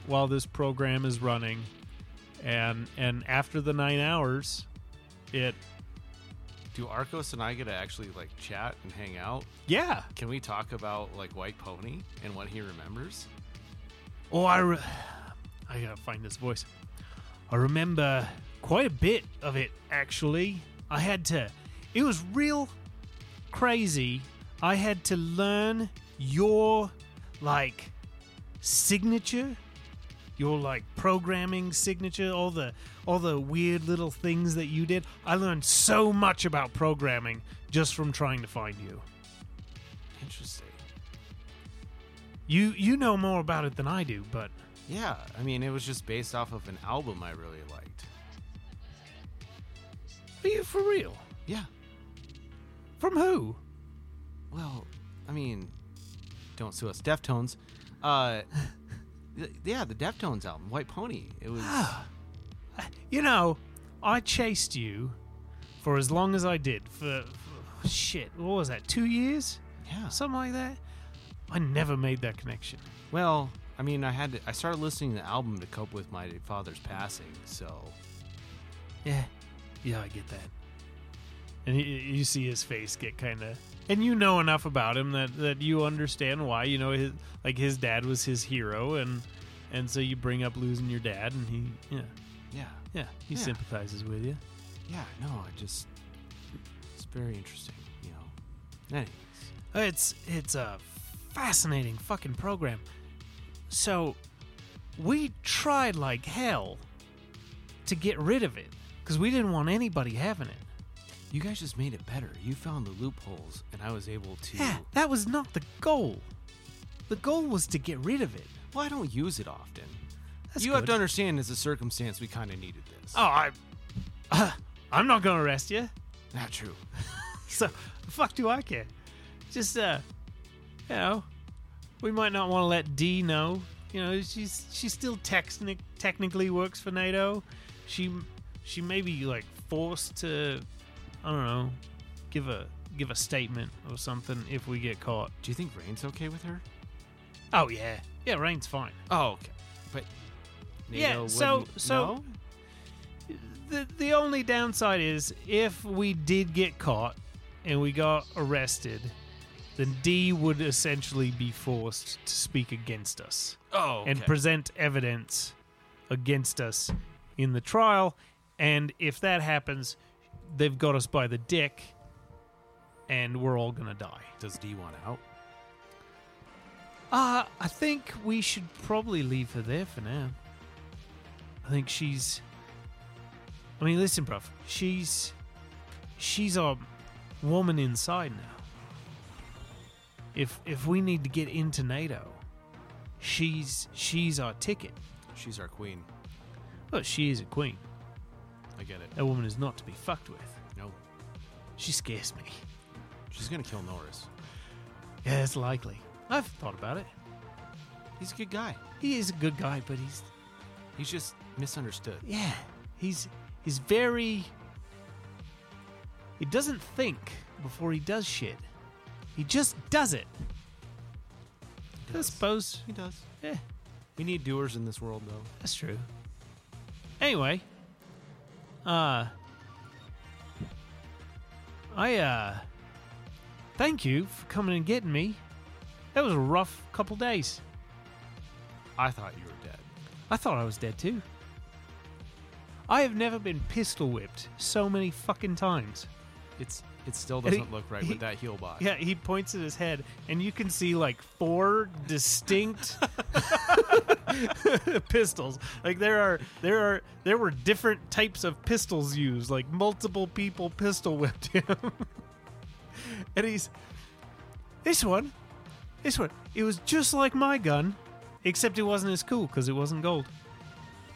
S1: while this program is running and and after the nine hours it
S2: Do Arcos and I get to actually like chat and hang out?
S1: yeah
S2: Can we talk about like White Pony and what he remembers?
S1: oh i re- i gotta find this voice i remember quite a bit of it actually i had to it was real crazy i had to learn your like signature your like programming signature all the all the weird little things that you did i learned so much about programming just from trying to find you
S2: Interesting.
S1: You you know more about it than I do, but
S2: Yeah, I mean, it was just based off of an album I really liked.
S1: are you for real?
S2: Yeah.
S1: From who?
S2: Well, I mean, don't sue us, Deftones. Uh, th- yeah, the Deftones album, White Pony. It was.
S1: You know, I chased you for as long as I did. For, for shit, what was that? Two years?
S2: yeah.
S1: Something like that. I never made that connection.
S2: Well, I mean, I had to, I started listening to the album to cope with my father's passing. So
S1: Yeah, yeah, I get that. And you, you see his face get kind of, and you know enough about him that that you understand why. You know, his like his dad was his hero, and and so you bring up losing your dad, and he, yeah,
S2: yeah,
S1: yeah, he
S2: Yeah.
S1: sympathizes with you.
S2: yeah. No, I just it's very interesting. You know. Anyways,
S1: It's it's a fascinating fucking program. So we tried like hell to get rid of it because we didn't want anybody having it.
S2: you guys just made it better. You found the loopholes, and I was able to.
S1: Yeah, that was not the goal. The goal was to get rid of it.
S2: Well, I don't use it often.
S1: That's
S2: you have to
S1: good.
S2: understand, as a circumstance, we kind of needed this.
S1: Oh, I, uh, I'm not gonna arrest you.
S2: not true.
S1: So the fuck do I care? Just uh, you know, we might not want to let D know. You know, she's she still technic technically works for NATO. She she may be like forced to, I don't know, give a give a statement or something if we get caught.
S2: Do you think Rain's okay with her?
S1: Oh yeah, yeah, Rain's fine.
S2: Oh, okay. But
S1: Yeah,
S2: NATO
S1: so-
S2: wouldn't
S1: so-
S2: know?
S1: the the only downside is if we did get caught and we got arrested, then D would essentially be forced to speak against us
S2: oh,
S1: and
S2: okay.
S1: present evidence against us in the trial. And if that happens, they've got us by the dick, and we're all gonna die.
S2: does D want out?
S1: Uh, I think we should probably leave her there for now. I think she's. I mean, listen, bruv. She's. She's our woman inside now. If if we need to get into NATO, she's she's our ticket.
S2: She's our queen.
S1: Well, she is a queen.
S2: I get it.
S1: That woman is not to be fucked with.
S2: No,
S1: She scares me.
S2: she's gonna kill Norris.
S1: Yeah, it's likely. I've thought about it.
S2: He's a good guy.
S1: He is a good guy, but he's
S2: He's just misunderstood.
S1: Yeah, he's he's very. He doesn't think before he does shit. He just does it.
S2: He
S1: I
S2: does.
S1: suppose.
S2: He does.
S1: Yeah,
S2: We need doers in this world, though.
S1: that's true. Anyway, uh, I uh, thank you for coming and getting me. That was a rough couple days.
S2: I thought you were dead.
S1: I thought I was dead too. I have never been pistol whipped so many fucking times.
S2: It's it still
S1: And he-
S2: doesn't look right
S1: he-
S2: with that heel bot.
S1: Yeah, he points at his head, and you can see like four distinct pistols. Like there are there are there were different types of pistols used. Like multiple people pistol whipped him, and he's this one, this one. It was just like my gun, except it wasn't as cool because it wasn't gold.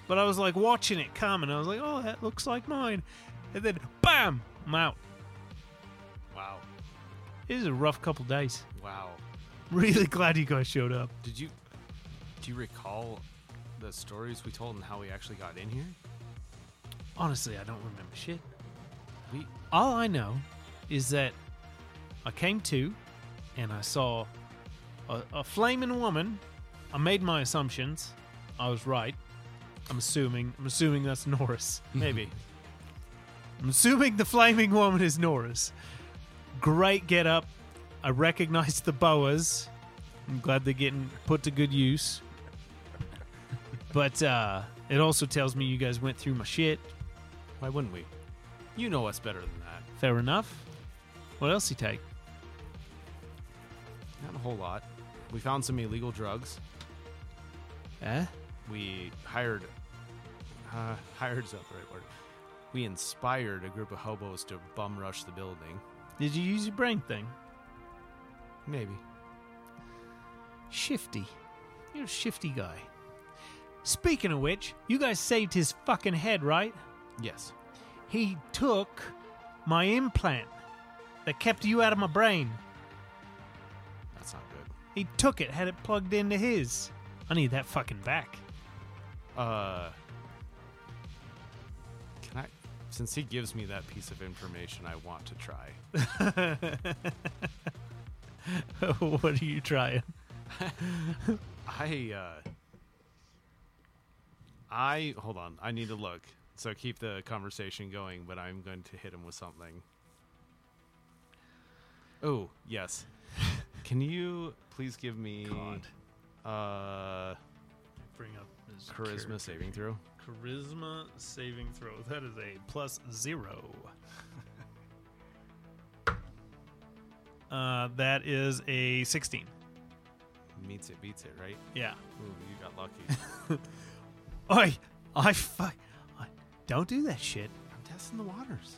S1: But I was like watching it come, and I was like, oh, that looks like mine. And then, bam, I'm out.
S2: Wow.
S1: It was a rough couple days.
S2: Wow.
S1: Really glad you guys showed up.
S2: Did you do you recall the stories we told and how we actually got in here?
S1: Honestly, I don't remember shit.
S2: We
S1: All I know is that I came to and I saw a, a flaming woman. I made my assumptions. I was right. I'm assuming. I'm assuming that's Norris. Maybe. I'm assuming the flaming woman is Norris. Great get up. I recognize the boas. I'm glad they're getting put to good use. But uh, it also tells me you guys went through my shit.
S2: why wouldn't we? You know us better than that.
S1: Fair enough. What else you take?
S2: Not a whole lot. We found some illegal drugs.
S1: Eh?
S2: We hired uh, hired's not the right word. We inspired a group of hobos to bum rush the building.
S1: Did you use your brain thing?
S2: Maybe.
S1: Shifty. You're a shifty guy. Speaking of which, you guys saved his fucking head, right?
S2: Yes.
S1: He took my implant that kept you out of my brain.
S2: That's not good.
S1: He took it, had it plugged into his. I need that fucking back.
S2: Uh. Can I? Since he gives me that piece of information, I want to try.
S1: what are you trying?
S2: I. uh I hold on. I need to look. So keep the conversation going, but I'm going to hit him with something. Oh yes. Can you please give me uh
S1: Bring up his
S2: charisma saving throw?
S1: Charisma saving throw. That is a plus zero. uh, that is a 16.
S2: Meets it, beats it, right?
S1: Yeah.
S2: Ooh, you got lucky.
S1: Oi! I fuck. I, don't do that shit.
S2: I'm testing the waters.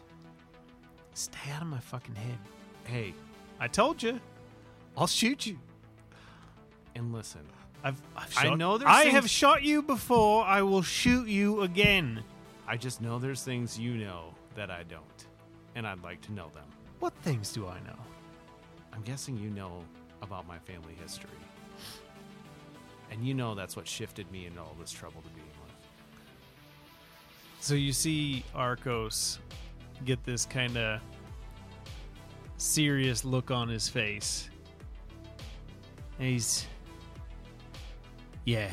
S1: Stay out of my fucking head.
S2: Hey,
S1: I told you. I'll shoot you.
S2: and listen.
S1: I've, I've
S2: I
S1: shot,
S2: know there's
S1: I
S2: things-
S1: have shot you before. I will shoot you again.
S2: I just know there's things you know that I don't, and I'd like to know them.
S1: What things do I know?
S2: I'm guessing you know about my family history. And you know that's what shifted me into all this trouble to begin with.
S1: So you see Arcos get this kind of serious look on his face. And he's Yeah.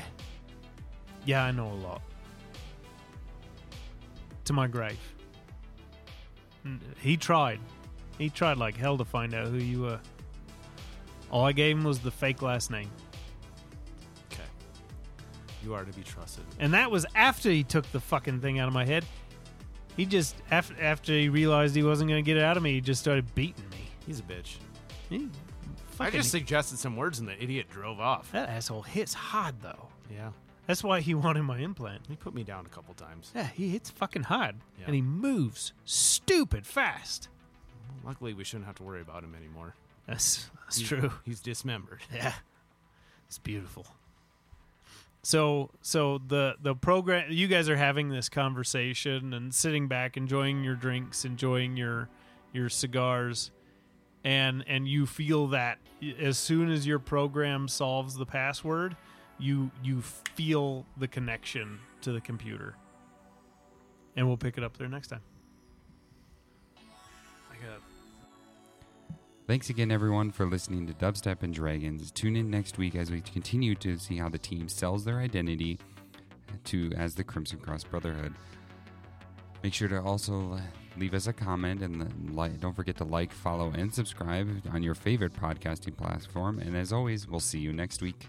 S1: Yeah, I know a lot. To my grave. N- He tried. He tried like hell to find out who you were. All I gave him was the fake last name.
S2: Okay. You are to be trusted.
S1: and that was after he took the fucking thing out of my head. He just after after he realized he wasn't going to get it out of me, he just started beating me.
S2: He's a bitch.
S1: He
S2: I
S1: fucking,
S2: just suggested some words and the idiot drove off.
S1: that asshole hits hard though.
S2: Yeah.
S1: That's why he wanted my implant.
S2: He put me down a couple times.
S1: Yeah, he hits fucking hard,
S2: Yeah.
S1: and he moves stupid fast.
S2: Luckily, we shouldn't have to worry about him anymore.
S1: That's that's
S2: He-
S1: true.
S2: He's dismembered.
S1: Yeah, it's beautiful. So, so the the program you guys are having this conversation and sitting back, enjoying your drinks, enjoying your your cigars, and and you feel that as soon as your program solves the password, you you feel the connection to the computer, and we'll pick it up there next time. I got
S4: Thanks again, everyone, for listening to Dubstep and Dragons. Tune in next week as we continue to see how the team sells their identity to as the Crimson Cross Brotherhood. Make sure to also uh, leave us a comment and then like, don't forget to like, follow, and subscribe on your favorite podcasting platform. And as always, we'll see you next week.